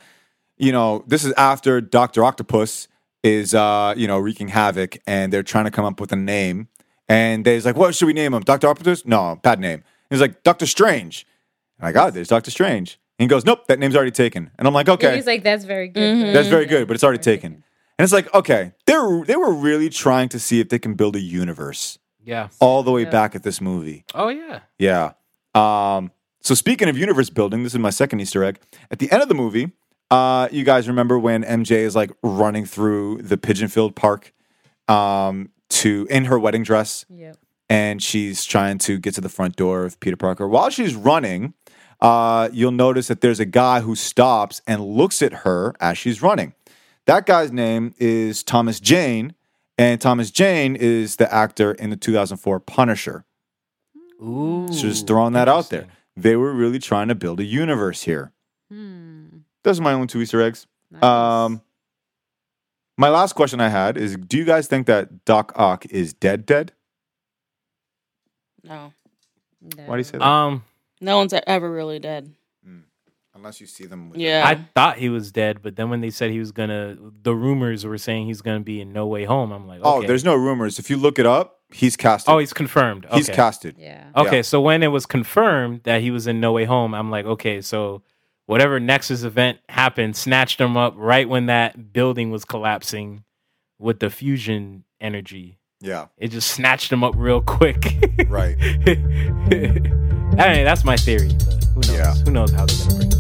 you know this is after Doctor Octopus is uh, you know wreaking havoc, and they're trying to come up with a name, and they's like, what should we name him? Doctor Octopus? No, bad name. And he's like Doctor Strange. And I got it. There's Doctor Strange. And he goes, nope, that name's already taken. And I'm like, okay,
And he's like, "Mm, that's very good.
Mm-hmm.
though."
that's very good,
Yeah,
but it's already
very
taken. And it's like, okay, they are they were really trying to see if they can build a universe
yeah.
all the way
Yeah.
back at this movie.
Oh yeah.
Yeah. Um, so speaking of universe building, this is my second Easter egg. At the end of the movie, uh, you guys remember when MJ is like running through the Pigeonfield Park um, to in her wedding dress,
good. Yep.
and she's trying to get to the front door of Peter Parker. While she's running, uh, you'll notice that there's a guy who stops and looks at her as she's running. That guy's name is Thomas Jane, and Thomas Jane is the actor in the 2004 Punisher.
Ooh.
So just throwing that out there. They were really trying to build a universe here.
Hmm.
Those are my only two Easter eggs.
Nice.
Um, my last question I had is Do you guys think that Doc Ock is dead, dead?
No,
Why do you say that?
Um,
no one's e-, ever really dead.
Unless you see them.
Yeah.
I thought he was dead, but then when they said he was gonna, the rumors were saying he's gonna be in No Way Home. I'm like,
Oh,
okay.
there's no rumors. If you look it up, he's casted.
oh, he's confirmed.
he's
okay.
casted.
Yeah.
Okay,
Yeah.
so when it was confirmed that he was in No Way Home, I'm like, okay, so whatever Nexus event happened, snatched him up right when that building was collapsing with the fusion energy.
Yeah.
It just snatched him up real quick.
Right.
I mean, that's my theory. But who knows?
Yeah.
Who knows how they're gonna bring it?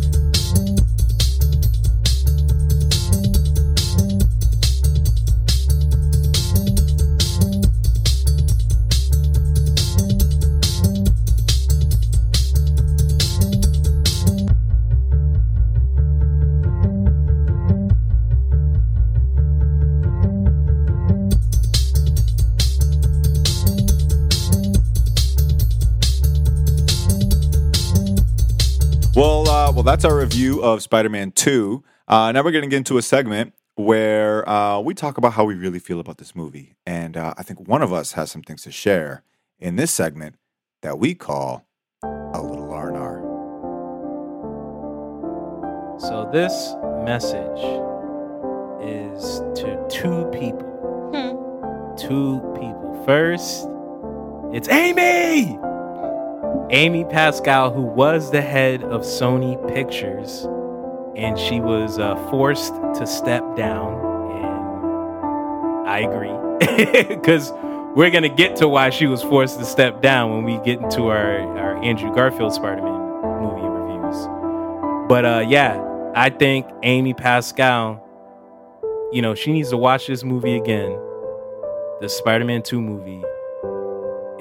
well, that's our review of Spider Man 2. Uh, now we're going to get into a segment where uh, we talk about how we really feel about this movie. And uh, I think one of us has some things to share in this segment that we call a little R&R.
So this message is to two people. Two people. First, it's Amy. Amy Pascal, who was the head of Sony Pictures, and she was uh, forced to step down. And I agree, because we're gonna get to why she was forced to step down when we get into our our Andrew Garfield Spider-Man movie reviews. But uh, yeah, I think Amy Pascal, you know, she needs to watch this movie again, the Spider Man 2 movie,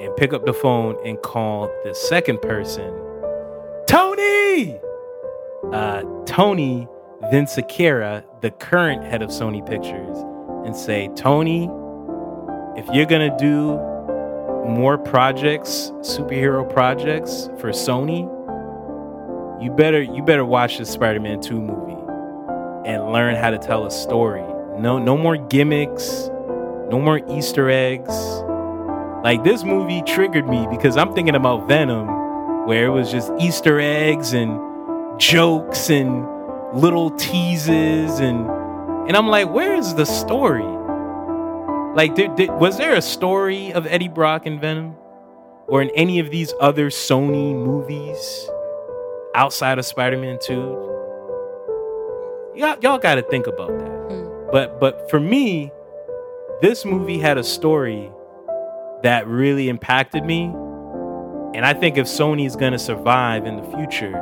and pick up the phone and call the second person, Tony! Uh, Tony Vincicera, the current head of Sony Pictures, and say, Tony, if you're going to do more projects, superhero projects for Sony, you better you better watch this Spider-Man 2 movie and learn how to tell a story. No no more gimmicks, no more Easter eggs. Like this movie triggered me because I'm thinking about Venom where it was just Easter eggs and jokes and little teases and and I'm like, where is the story? Like, did, did, was there a story of Eddie Brock and Venom, or in any of these other Sony movies? outside of Spider-Man 2. Y'all, y'all got to think about that. But but for me, this movie had a story that really impacted me. And I think if Sony is going to survive in the future,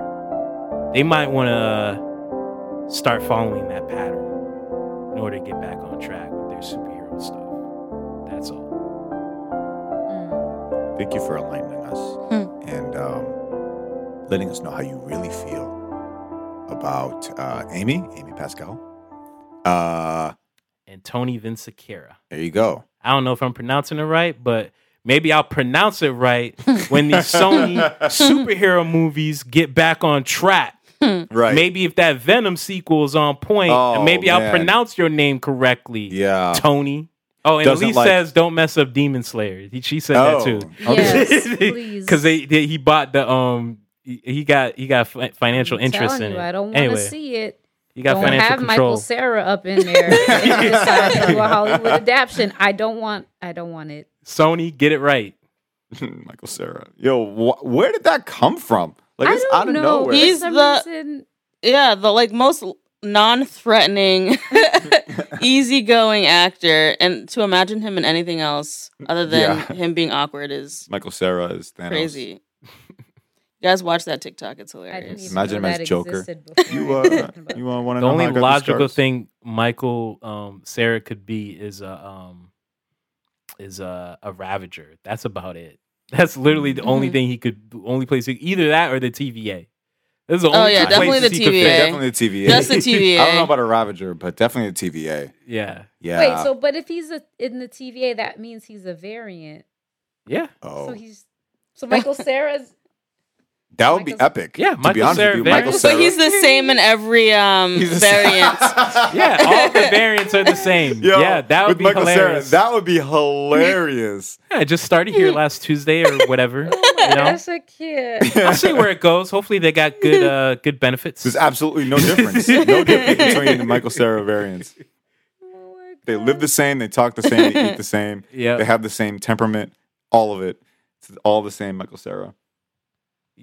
they might want to start following that pattern in order to get back on track with their superhero stuff. That's all.
Uh, Thank you for enlightening us and um, letting us know how you really feel about uh, Amy, Amy Pascal. Uh,
And Tony Vincicera.
there you go.
I don't know if I'm pronouncing it right, but maybe I'll pronounce it right when these Sony superhero movies get back on track.
Right.
Maybe if that Venom sequel is on point,
Oh,
maybe I'll
man.
pronounce your name correctly.
Yeah.
Tony. Oh, and
Doesn't
Elise
like-
says, "Don't mess up Demon Slayer." He- She said
Oh,
that too.
okay.
Hmm. Yes, please.
because they, they- he bought the um he he got he got fi- financial
I'm
interest
telling
in
you,
it.
I don't want to
anyway,
see it.
you got
don't
financial
have
control.
Michael Sarah up in there and decide to do a Hollywood adaptation. I don't want. I don't want it.
Sony, get it right.
Michael Sarah. Yo, wh- where did that come from? Like,
I
it's
don't
out of
know.
nowhere.
For
He's
some
the-
reason,
Yeah, the like most non-threatening, easygoing actor, and to imagine him in anything else other than
Yeah.
him being awkward is
Michael Sarah is Thanos.
crazy. You guys watch that TikTok; it's
I didn't
hilarious.
even
Imagine him
know
as
that
Joker.
existed before
You,
I was
uh,
talking about
you want to
The
know
only
how I got these
logical
scars?
thing Michael um, Sarah could be is a um, is a, a Ravager. That's about it. That's literally the only
Mhm.
thing he could. The only place he, either that or the TVA. This is the
Oh,
only
yeah,
two
definitely
places
the
he could
Yeah,
TVA.
fit.
definitely the TVA.
That's the
I don't know
TVA.
about a Ravager, but definitely the TVA.
Yeah,
Yeah.
Wait, so but if he's a, in the TVA, that means he's a variant.
yeah,
oh,
So he's so Michael Sarah's.
that would be
Michael's-
epic.
Yeah,
to be
Michael
honest
Sarah
with you,
Vanek.
Michael
But
Sarah.
But he's the same in every um
He's the same.
variant.
yeah. All the variants are the same.
Yo,
yeah, that would
with
be
Michael
hilarious.
Sarah, that would be hilarious.
Yeah, I just started here last Tuesday or whatever.
Oh
you know?
That's a kid.
I'll see where it goes. Hopefully, they got good uh, good benefits.
There's absolutely no difference. No difference between the Michael Sarah variants. They live the same. They talk the same. They eat the same.
Yeah.
They have the same temperament. All of it. It's all the same. Michael Sarah.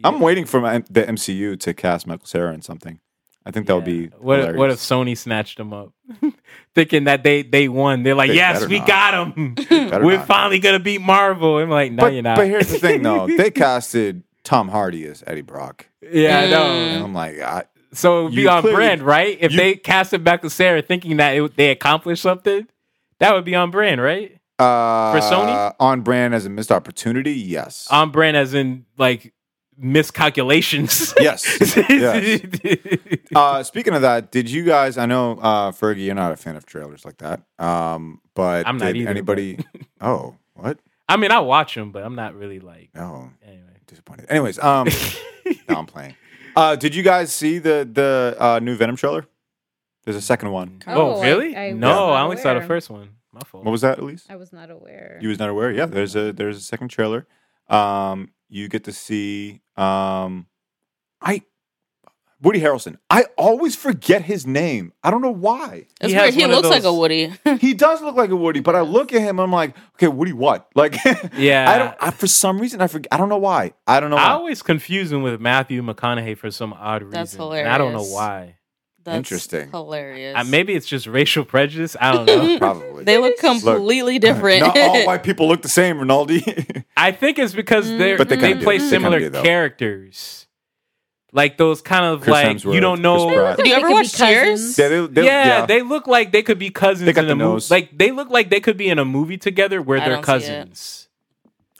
I'm waiting for my, the MCU to cast Michael Sarah in something. I think that would be
What if,
hilarious.
what if Sony snatched them up, thinking that they they won? They're like,
They
yes,
better
we
not.
got them.
Better
We're
not.
finally gonna beat Marvel. I'm like, no,
but,
you're not.
but here's the thing, though. They casted Tom Hardy as Eddie Brock,
yeah, I
and
know.
I'm like, I,
So it'd be
You
on
clearly-
brand, right? If
you-
they cast it back to Sarah, thinking that it, they accomplished something, that would be on brand, right?
uh,
Sony? Uh,
on brand as a missed opportunity. Yes,
On brand, as in like miscalculations.
yes. yes. Uh, speaking of that, did you guys? I know uh, Fergie, you're not a fan of trailers like that, um, but
I'm not
did
either,
anybody? oh, what?
I mean, I watch them, but I'm not really like
No,
anyway.
disappointed. Anyways, um, no, I'm playing. Uh, did you guys see the the uh, new Venom trailer? There's a second one.
Oh,
I-
really?
I was
no,
not
I only saw the
aware.
first one. My fault.
What was that, Elise?
I was not aware.
You was not aware. Yeah, there's a there's a second trailer. Um, you get to see um, I Woody Harrelson. I always forget his name. I don't know why.
That's
He
weird.
has
He
one of
looks like a
those-
Woody.
He does look like a Woody, but I look at him. I'm like, okay, Woody, what? Like,
yeah,
I don't. I, for some reason, I forget. I don't know why. I don't know.
I
Why.
always confuse him with Matthew McConaughey for some odd reason.
That's
and I don't know
hilarious.
why.
That's
Interesting.
Hilarious.
Uh, maybe it's just racial prejudice. I don't know.
Probably.
they look completely different.
Not all white people look the same, Rinaldi.
I think it's because
Mm.
they're,
But they
they,
kinda do.
play
They kinda
similar
do, though.
characters. Like those kind of
Chris
like
Hemsworth,
you don't
Chris
know.
Pratt.
Did you
They
ever
could
watch
be
Cheers?
cousins.
Yeah, they, they,
yeah, they look like they could be cousins
They got
in the,
the
movie.
nose.
Like they look like they could be in a movie together where
I
they're
don't see it.
cousins,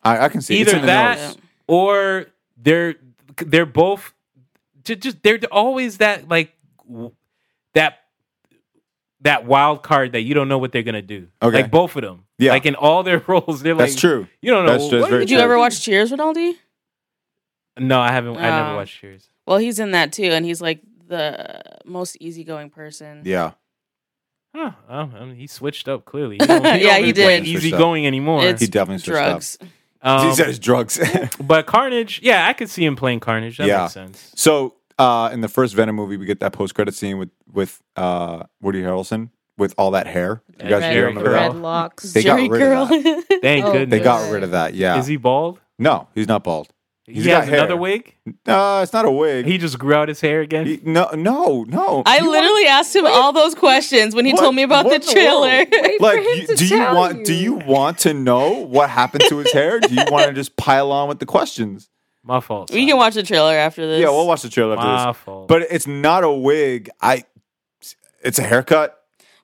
I, I can see it's
Either
in the
that-
nose.
or they're they're both ju- just they're always that like w- that that wild card that you don't know what they're gonna do.
Okay.
like both of them.
Yeah.
like in all their roles, they're
That's
like
true.
You don't know.
That's- that's
what
very
Did you
true.
ever watch Cheers, Rinaldi?
No, I haven't. I never
Oh.
watched Cheers.
Well, he's in that too, and he's like the most easygoing person.
Yeah.
Huh. I don't- I mean, he switched up clearly. He don't- he
Yeah,
don't
he
be playing
did.
Easy going anymore.
It's-
He definitely switched up.
drugs.
Um,
he says drugs.
but Carnage, yeah, I could see him playing Carnage. That
Yeah.
makes sense.
so uh, in the first Venom movie, we get that post credit scene with with uh, Woody Harrelson with all that hair. You guys
red,
do
Jerry
remember
red
that?
locks.
They got
Jerry
rid of
Curl.
Thank
Oh,
goodness.
They got rid of that. Yeah.
Is he bald?
no, he's not bald. He's
he
got
has
hair.
another wig.
Uh, it's not a wig.
He just grew out his hair again.
He- no, no, no.
I
You want-
literally asked him all those questions when he
What-
told me about
what
the
in the world?
trailer.
Wait for
like
him
you-
to
do you
tell
want do you want to know what happened to his hair? Do you want to just pile on with the questions?
My fault.
we can
Simon.
watch the trailer after this.
Yeah, we'll watch the trailer after
My
this.
fault.
But it's not a wig. I it's a haircut.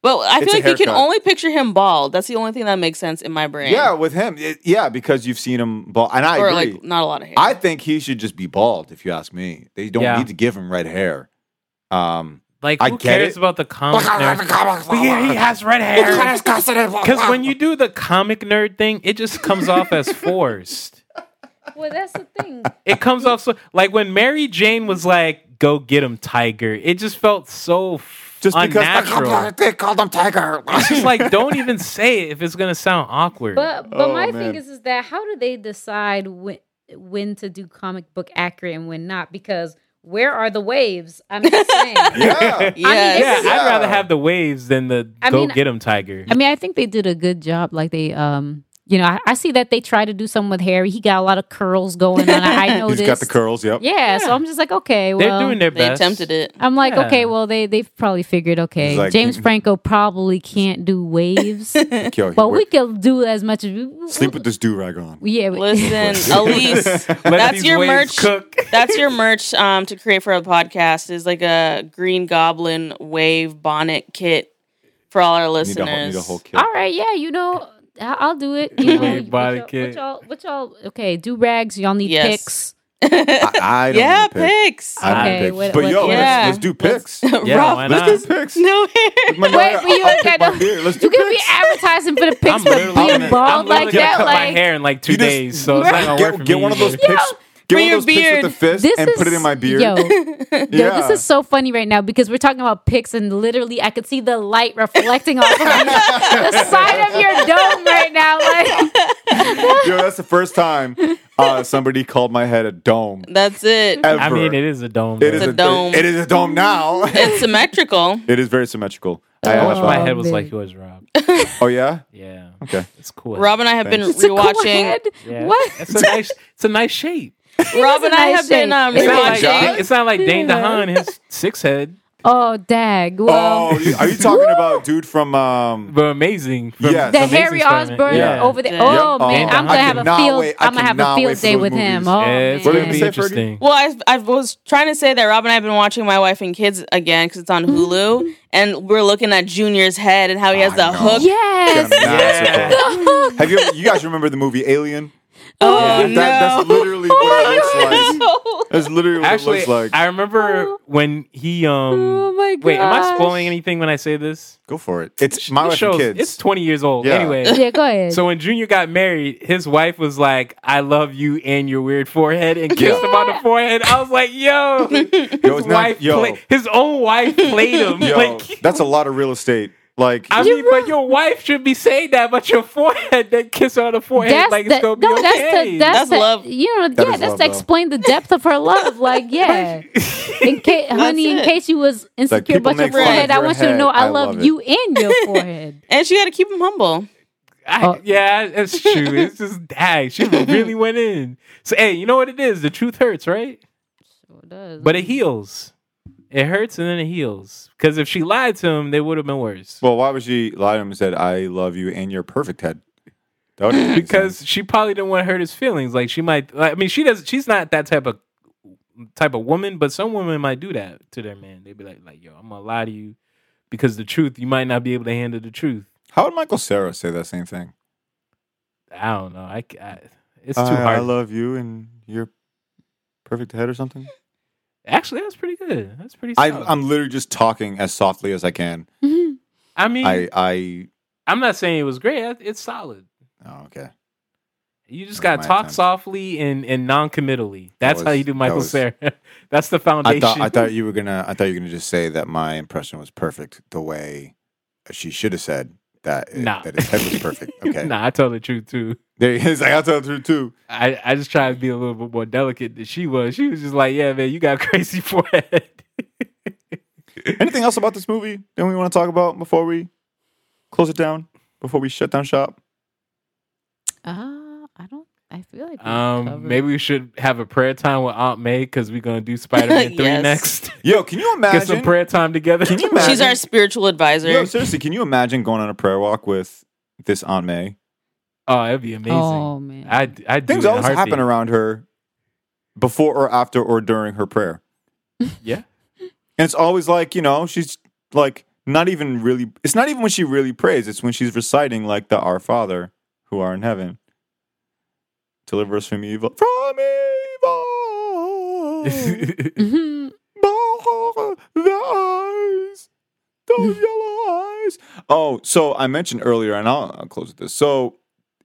Well, I
It's
feel
a
like you can
haircut.
only picture him bald. That's the only thing that makes sense in my brain.
Yeah, with him. It- yeah, because you've seen him bald and I
or
agree.
like not a lot of hair.
I think he should just be bald if you ask me. They don't
Yeah.
need to give him red hair. Um
like,
I
who
get
cares
it.
about the comic nerd? Oh, But yeah, he has red hair. Because when you do the comic nerd thing, it just comes off as forced.
Well, that's the thing.
It comes off so like when Mary Jane was like, "Go get him, Tiger." It just felt so
just
just unnatural.
because they called him Tiger.
it's just like, don't even say it if it's gonna sound awkward.
But but
Oh,
my
man.
thing is is that how do they decide when when to do comic book accurate and when not? Because where are the waves? I'm just saying.
yeah.
Yes.
yeah,
Yeah.
I'd rather have the waves than the
I
"Go
mean-
get him, Tiger."
I mean, I think they did a good job. Like they, um, you know, I, I see that they try to do something with Harry. He got a lot of curls going on. I, I know
He's
this.
got the curls, yep.
Yeah, so I'm just like, okay,
They're
well,
doing their
they
best.
attempted it.
I'm like,
Yeah.
okay, well, they they've probably figured, okay,
He's like,
James
mm,
Franco probably can't do waves,
Yo, he
but
wear-
we could do as much as we
sleep with this do rag on.
Yeah, we-
Listen, Elise,
Let
that's
these
your merch.
waves Cook.
That's your merch um, to create for a podcast is like a Green Goblin wave bonnet kit for all our
Need a whole,
listeners.
need a whole kit.
All right, yeah, you know, I- I'll do it. You know,
Wait,
what
body
y'all-
kit.
what y'all, what y'all, okay, do rags. Y'all need
Yes.
picks.
I, I don't
yeah,
need pics.
pics.
I don't
Okay,
need pics.
what-
but
what-
yo,
Yeah.
let's, let's do pics.
Yeah,
Rough.
why not?
Let's do pics.
No hair.
My
Wait,
man,
but you
I'll
ain't
pick
got
my
no-
beard. Let's do
You could be
pics.
advertising for the
I'm
picks, but
literally
being
gonna-
bald
I'm literally
like
gonna
that,
cut my
like
hair in like two
You just-
days, so it's not gonna work for E
Get, get
me
one of those
either.
pics. Get one
your
of those pics with
beard.
the fist
This
and put it
is-
in my beard.
yo. Yo,
yeah.
this is so funny right now because we're talking about pics and literally I could see the light reflecting off of you, the side of your dome right now. Like
Yo, that's the first time uh, somebody called my head a dome
That's it.
ever.
I mean, it is a dome.
It
though.
is
a
a
dome.
It is a dome now.
It's symmetrical.
it is very symmetrical. I
I
have
wish
a-
my
Oh,
head was
man.
like yours, Rob.
oh yeah.
Yeah,
Okay.
it's cool.
Rob and I have
Thanks.
it's
been
a cool
rewatching.
head.
Yeah.
What?
It's a nice. It's a nice shape.
Rob and I
nice
have been
shape.
um,
It's
Is it
not
like
like
John?
rewatching.
it's not like Dane
Yeah.
DeHaan his six head,
Oh, dag. Well,
Oh, you- are you talking about dude from? Um,
but amazing. From
Yes.
the
Amazing
Harry
Spider-Man.
Osborn
Yeah.
over there.
Yeah.
Oh
Yep.
man,
Oh,
I'm
I
gonna have a
cannot
field.
wait- I
I'm gonna have
cannot
a
wait
field
for
day
those
with him.
movies.
Oh,
Yeah, it's
What are you
gonna
gonna
man.
be
say, Fergie?
interesting.
Well, I've, I was trying to say that Rob and I have been watching My Wife and Kids again because it's on
Mm-hmm.
Hulu, and we're looking at Junior's head and how he has
I
the
know.
hook.
Yeah,
Yes.
massive
Yeah.
hook. Have you? You guys remember the movie Alien?
Oh,
That- that's
no.
literally what it looks like. That's literally what
Actually,
it looks like.
I remember
Oh.
when he
oh
um.
my god.
Wait, am I spoiling anything when I say this?
Go for it. It's my life
This
and
show's-
kids.
It's 20 years old.
Yeah.
Anyway,
Yeah, go ahead.
so when Junior got married, his wife was like, "I love you and your weird forehead," and kissed him on the forehead. I was like, "Yo, his
Yo, it's not-
wife,
yo.
play- his own wife played him."
Yo,
like,
that's a lot of real estate. Like
I
You're
mean, but your wife should be saying that, but your forehead, that kiss on the forehead,
that's
like
the,
it's gonna be
no, that's
okay.
the, that's,
That's
the-
love.
You know,
That
yeah,
is
that's
love,
to
though.
explain the depth of her love. Like, yeah, in case, honey, in
it.
case you was insecure
people
about your
make fun of
forehead, I
your
want you to
head.
know I,
I
love,
love it.
you and your forehead.
and she got to keep him humble.
I,
Oh.
yeah, that's true. It's just dang, she really went in. So hey, you know what it is? The truth hurts, right?
Sure does.
But it heals. It hurts and then it heals. Because if she lied to him, they would have been worse.
well, why would she lie to him and said, I love you and your perfect head? That would make
because she probably didn't want to hurt his feelings. Like she might. I mean, she does. She's not that type of type of woman. But some women might do that to their man. They'd be like, like, yo, I'm gonna lie to you because the truth. You might not be able to handle the truth.
How would Michael Sarah say that same thing?
I don't know. I. c- I- it's too
I, I
hard.
love you and your perfect head or something?
Actually, that's pretty good. That's pretty.
I,
Solid. I,
I'm literally just talking as softly as I can.
Mhm.
mean,
I,
I,
I,
am not saying it was great. I- It's solid.
oh, okay.
You just
That
gotta
was my
talk
attempt.
softly and and non-committally. That's how
was-
you do
that
Michael
was-
Sarah. that's the
I
foundation.
thought, I thought you were gonna, I thought you were gonna just say that my impression was perfect the way she should have said that, it,
Nah.
that his head was perfect. Okay.
nah, I tell the truth too.
There he is. I got to tell the truth too.
I, I just tried to be a little bit more delicate than she was. She was just like, "Yeah, man, you got crazy forehead."
Anything else about this movie that we want to talk about before we close it down? Before we shut down shop?
Uh, I don't. I feel like we
um,
covered-
maybe we should have a prayer time with Aunt May because we're gonna do Spider Man Three
Yes.
next.
Yo, can you
Get
imagine?
some prayer time together.
Can you imagine?
She's our spiritual advisor.
Yo, seriously, can you imagine going on a prayer walk with this Aunt May?
oh, that'd be amazing.
Oh man,
I I do
Things
it in a
always happen
heartbeat.
around her before or after or during her prayer.
Yeah,
And it's always like, you know, she's like not even really it's not even when she really prays, it's when she's reciting like the Our Father who are in heaven. Deliver us from evil. From evil.
Mhm.
The eyes, the yellow eyes. Oh, so I mentioned earlier, and I'll, I'll close with this. So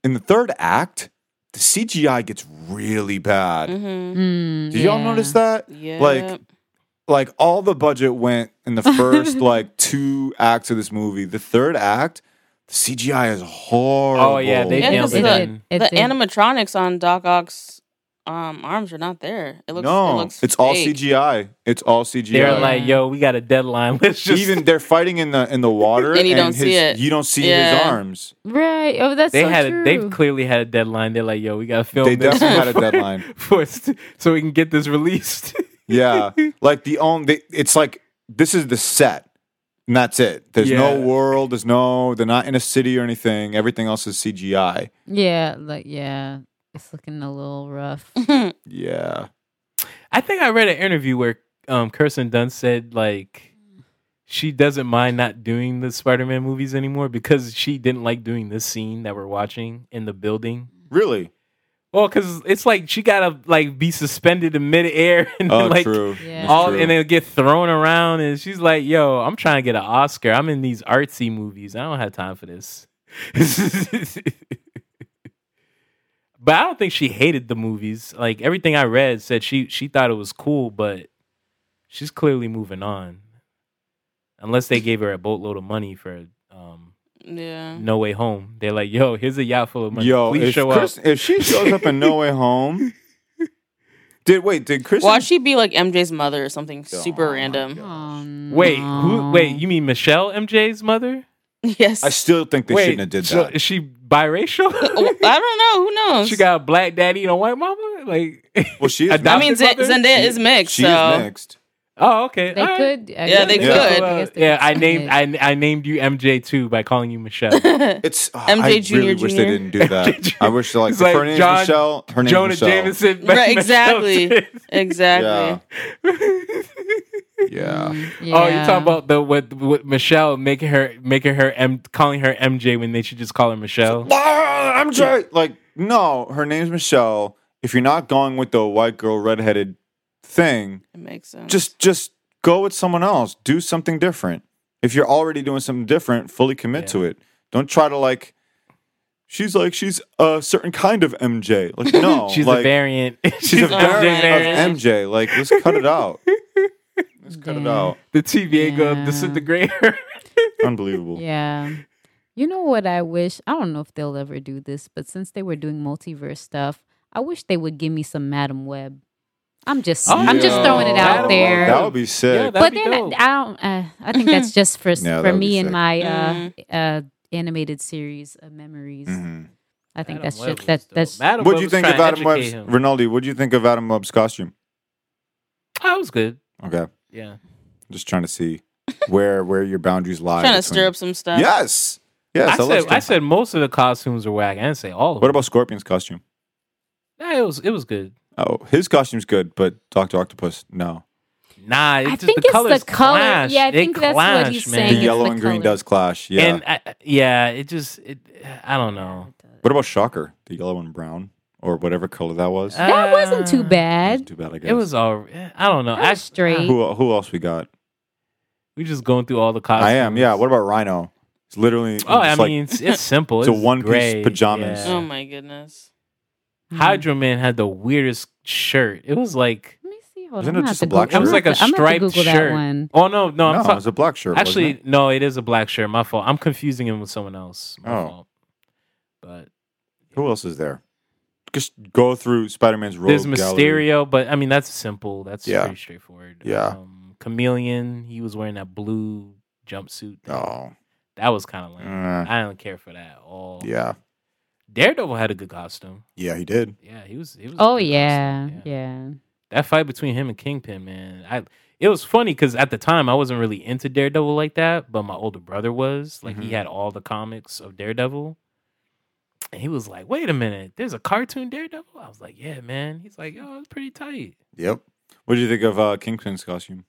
in the third act, the CGI gets really bad.
Mm-hmm.
Mm,
Did y'all
yeah.
notice that?
Yeah.
Like, like all the budget went in the first like two acts of this movie. The third act, the CGI is horrible.
Oh, yeah, they
Yeah,
nailed
because
it.
the-
in.
It
the
did.
animatronics on Doc Ock's um, arms are not there. It looks.
no,
it looks
it's all
fake.
CGI. It's all CGI.
they're like, "Yo, we got a deadline. Let's just."
even they're fighting in the in the water,
And you don't
his,
see it.
You don't see his
Yeah.
arms.
right. Oh, that's
they
so
had
true.
a, they've clearly had a deadline. They're like, "Yo, we gotta film."
They
this
definitely had a
before-
deadline.
for us to- so we can get this released.
Yeah, like the only it's like this is the set, and that's it. There's no
Yeah.
world. There's no. They're not in a city or anything. Everything else is CGI.
yeah, like yeah, it's looking a little rough.
Yeah,
I think I read an interview where um, Kirsten Dunst said like she doesn't mind not doing the Spider-Man movies anymore because she didn't like doing this scene that we're watching in the building.
really.
Well, because it's like she gotta like be suspended in midair and
Oh,
like
true.
Yeah.
It's
all
true.
and then get thrown around. And she's like, "Yo, I'm trying to get an Oscar. I'm in these artsy movies. I don't have time for this." but I don't think she hated the movies. Like everything I read said she she thought it was cool, but she's clearly moving on. Unless they gave her a boatload of money for um,
yeah.
No Way Home, they're like, "Yo, here's a yacht full of money.
Yo,
Please
if,
show
Chris,
up."
if she shows up in No Way Home, did wait? Did Chris?
Why she be like MJ's mother or something super
Oh my
random?
Oh,
Wait,
no.
who? Wait, you mean Michelle MJ's mother?
Yes.
I still think they shouldn't have did
so
that.
is she biracial?
Oh, I don't know. Who knows?
she got a black daddy and a white mama? Like,
Well, she. Is
I
I
mixed.
mean, Z-
adopted mother?
Zendaya is mixed.
She
so.
is mixed.
oh, okay.
They
all right.
could.
Yeah, they could.
uh, yeah, I named I, I named you MJ too by calling you Michelle.
It's
uh,
oh,
MJ
I really
Junior,
wish they
Junior.
didn't do that. I wish like,
It's like
her name's
John-
Michelle. Her name's
Jonah
Michelle.
Jameson,
Right, exactly.
Michelle
exactly.
Yeah.
did.
Yeah.
Oh, you're talking about the with, with Michelle making her making her M calling her MJ when they should just call her Michelle.
Ah, MJ. Like, no, her name's Michelle. If you're not going with the white girl redheaded thing,
It makes sense.
just just go with someone else. Do something different. If you're already doing something different, fully commit to it. Don't try to like. She's like she's a certain kind of MJ. Like no,
She's
like,
a variant.
She's a
She's MJ
variant
variant.
of MJ. Like let's cut it out. Let's cut it
Damn.
out.
The TVA go
Yeah.
disintegrate her.
Unbelievable.
Yeah. You know what I wish? I don't know if they'll ever do this, but since they were doing multiverse stuff, I wish they would give me some Madam Web. I'm just Oh, I'm just
Yeah.
throwing it out
Madam
there.
Oh, That would be sick.
Yeah, that-
but
That'd be
then I,
dope.
I don't uh, I think that's just for s-
Yeah, that
for
would be
me and
sick.
my uh,
Mm-hmm.
uh animated series of memories.
Mhm.
I think
Madam
that's
Web
just that
was dope.
that's
Madam
What
Web
do you
was
think
trying
of
to
Adam Webb's
educate him.
Rinaldi? What do you think of Adam Webb's costume?
I Oh, was good.
Okay,
Yeah.
just trying to see where where your boundaries lie.
trying to
between-
stir up some stuff.
Yes, yes. I,
I,
love
said, I
stuff.
said most of the costumes were whack. I didn't say all of
What
them.
about Scorpion's costume?
Nah, it was it was good.
Oh, his costume's good, but Doctor Octopus, no.
Nah, it's
I
just
think
the
it's
colors
the color.
clash.
Yeah, I
They
think that's what
clash,
he's
The
saying.
man.
it's
yellow
the
and green
color.
does clash. Yeah.
And I, yeah, it just it, I don't know.
what about Shocker? The yellow and brown, or whatever color that was.
That wasn't too
Uh,
Wasn't
bad.
too bad. I guess
It was all. eh, I don't know.
That was
I-
straight.
Who who else we got?
We just going through all the costumes.
I am. Yeah. What about Rhino? It's literally.
Oh, I
it's like-
mean, it's, it's simple.
it's a
It's
one-piece
gray.
pajamas.
Oh
Um,
my goodness.
mhm.
Hydra Man had the weirdest shirt. It was like,
Let me see. Hold
Isn't
on.
it
I'm gonna
just
have to
a black shirt?
Google- I'm
It was
gonna
like a
have to- I'm gonna have to
striped
Google
shirt.
That one.
oh no, no,
no,
I'm
it was
talking.
a black shirt. wasn't
Actually,
it?
no, it is a black shirt. My fault. I'm confusing him with someone else. My
Oh.
fault. But
who else is there? Just go through Spider Man's robe.
there's
gallery.
Mysterio, but I mean that's simple. That's
Yeah.
pretty straightforward.
Yeah.
Um, Chameleon, he was wearing that blue jumpsuit. thing.
Oh,
That was kind of lame.
Mm.
I don't care for that at all.
yeah,
Daredevil had a good costume.
yeah, he did.
Yeah, he was. He was a
Oh
good
yeah,
costume.
yeah.
that fight between him and Kingpin, man, I it was funny because at the time I wasn't really into Daredevil like that, but my older brother was. Like
Mhm.
he had all the comics of Daredevil. And he was like, "Wait a minute, there's a cartoon Daredevil." I was like, "Yeah, man." He's like, "Yo, it's pretty tight.
Yep. What do you think of uh, Kingpin's costume?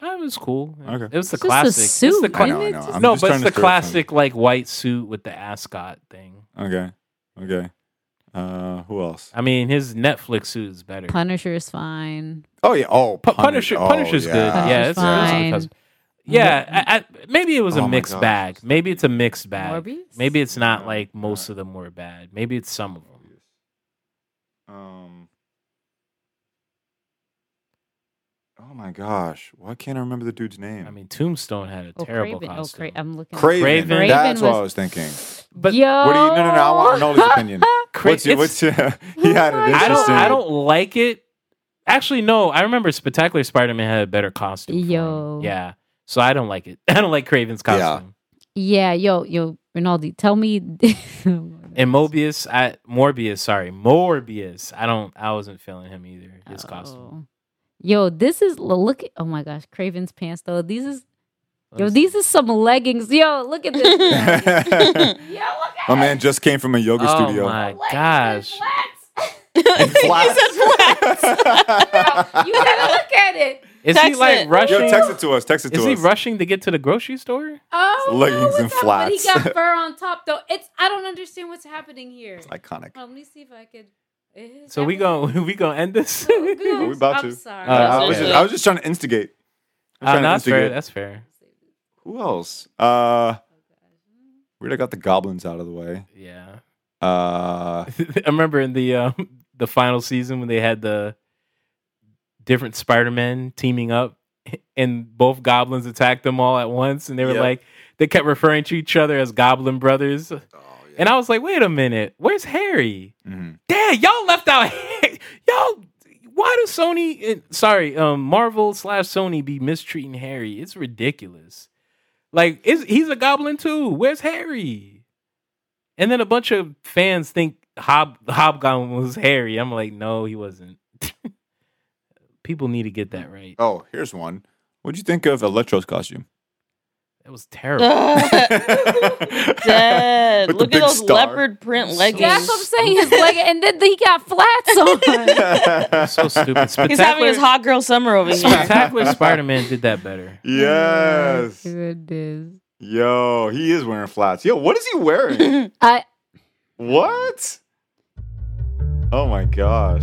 That Oh, was cool.
Okay.
it was the
It's just a
classic. It's
suit,
the cla-
I know, I know. I'm
no,
just
but
trying
it's
to
the
throw
classic like white suit with the ascot thing.
Okay, okay. Uh, who else?
I mean, his Netflix suit is better.
Punisher is fine.
Oh yeah. Oh,
Pu- Punisher,
Oh,
Punisher's good. Yeah,
Punisher's
it's fine.
fine.
Yeah, I, I, maybe it was
Oh
a
my
mixed
God.
bag. Maybe it's a mixed bag.
Morbius.
Maybe it's not
Yeah,
like most
yeah.
of them were bad. Maybe it's some of them.
Um. Oh my gosh! Why can't I remember the dude's name?
I mean, Tombstone had a
Oh,
terrible
Craven.
costume.
Oh, Cra- I'm looking.
Craven.
Craven. Craven
That's what I was
was-
thinking.
but
Yo.
What do you? No, no, no. I want Rinaldi's opinion.
Cra-
What's your, what's
it's-
your, he had an
I don't.
interesting.
I don't like it. Actually, no. I remember Spectacular Spider-Man had a better costume. for him.
Yo.
yeah. So I don't like it. I don't like Craven's
Yeah.
costume.
Yeah, yo, yo, Rinaldi, tell me.
And Mobius, I Morbius. Sorry, Morbius. I don't. I wasn't feeling him either. His
Oh.
costume.
Yo, this is look. At, oh my gosh, Craven's pants though. These is yo,
Let's-
these is some leggings. Yo, look at this. yo, look at
My man just came from a yoga
Oh
studio.
my
Leggings and
gosh.
flats.
And flats.
you gotta look at it.
Is he
Text
like
it.
rushing?
Yo, text it to us. Text it to
Is
us.
he rushing to get to the grocery store?
Oh,
Leggings
no, what's
and
up? But he
flats.
got fur on top though. It's I don't understand what's happening here.
Iconic.
Hold on, let me see if I could. Is
So
that
we
what-
going we gonna end this?
Oh, goose.
Are we about
I'm
to?
sorry.
Uh,
I, was
Okay.
just, I was just trying to instigate. I'm
Uh,
trying
no,
to
that's fair.
instigate.
That's fair.
Who else? Uh,
Oh,
we already got the goblins out of the way.
Yeah.
Uh,
I remember in the um, the final season when they had the different Spider Men teaming up, and both goblins attacked them all at once, and they were
Yeah.
like they kept referring to each other as Goblin Brothers, and I was like, wait a minute, where's Harry?
Mhm.
Dad, y'all left out Harry. y'all. Why do Sony, eh, sorry, um, Marvel slash Sony be mistreating Harry? It's ridiculous. Like, is he's a goblin too? Where's Harry? And then a bunch of fans think Hob Hobgoblin was Harry. I'm like, no, he wasn't. People need to get that right.
Oh, here's one. What'd you think of Electro's costume?
It was terrible.
Dead.
With the
Look at
big
those
star.
leopard print leggings.
That's what I'm saying. His leg, and then he got flats on.
so stupid. Spectacular,
He's having his hot girl summer over here.
Spectacular Spider-Man did that better.
yes.
Oh, goodness.
Yo, he is wearing flats. Yo, what is he wearing?
I
what? Oh my gosh.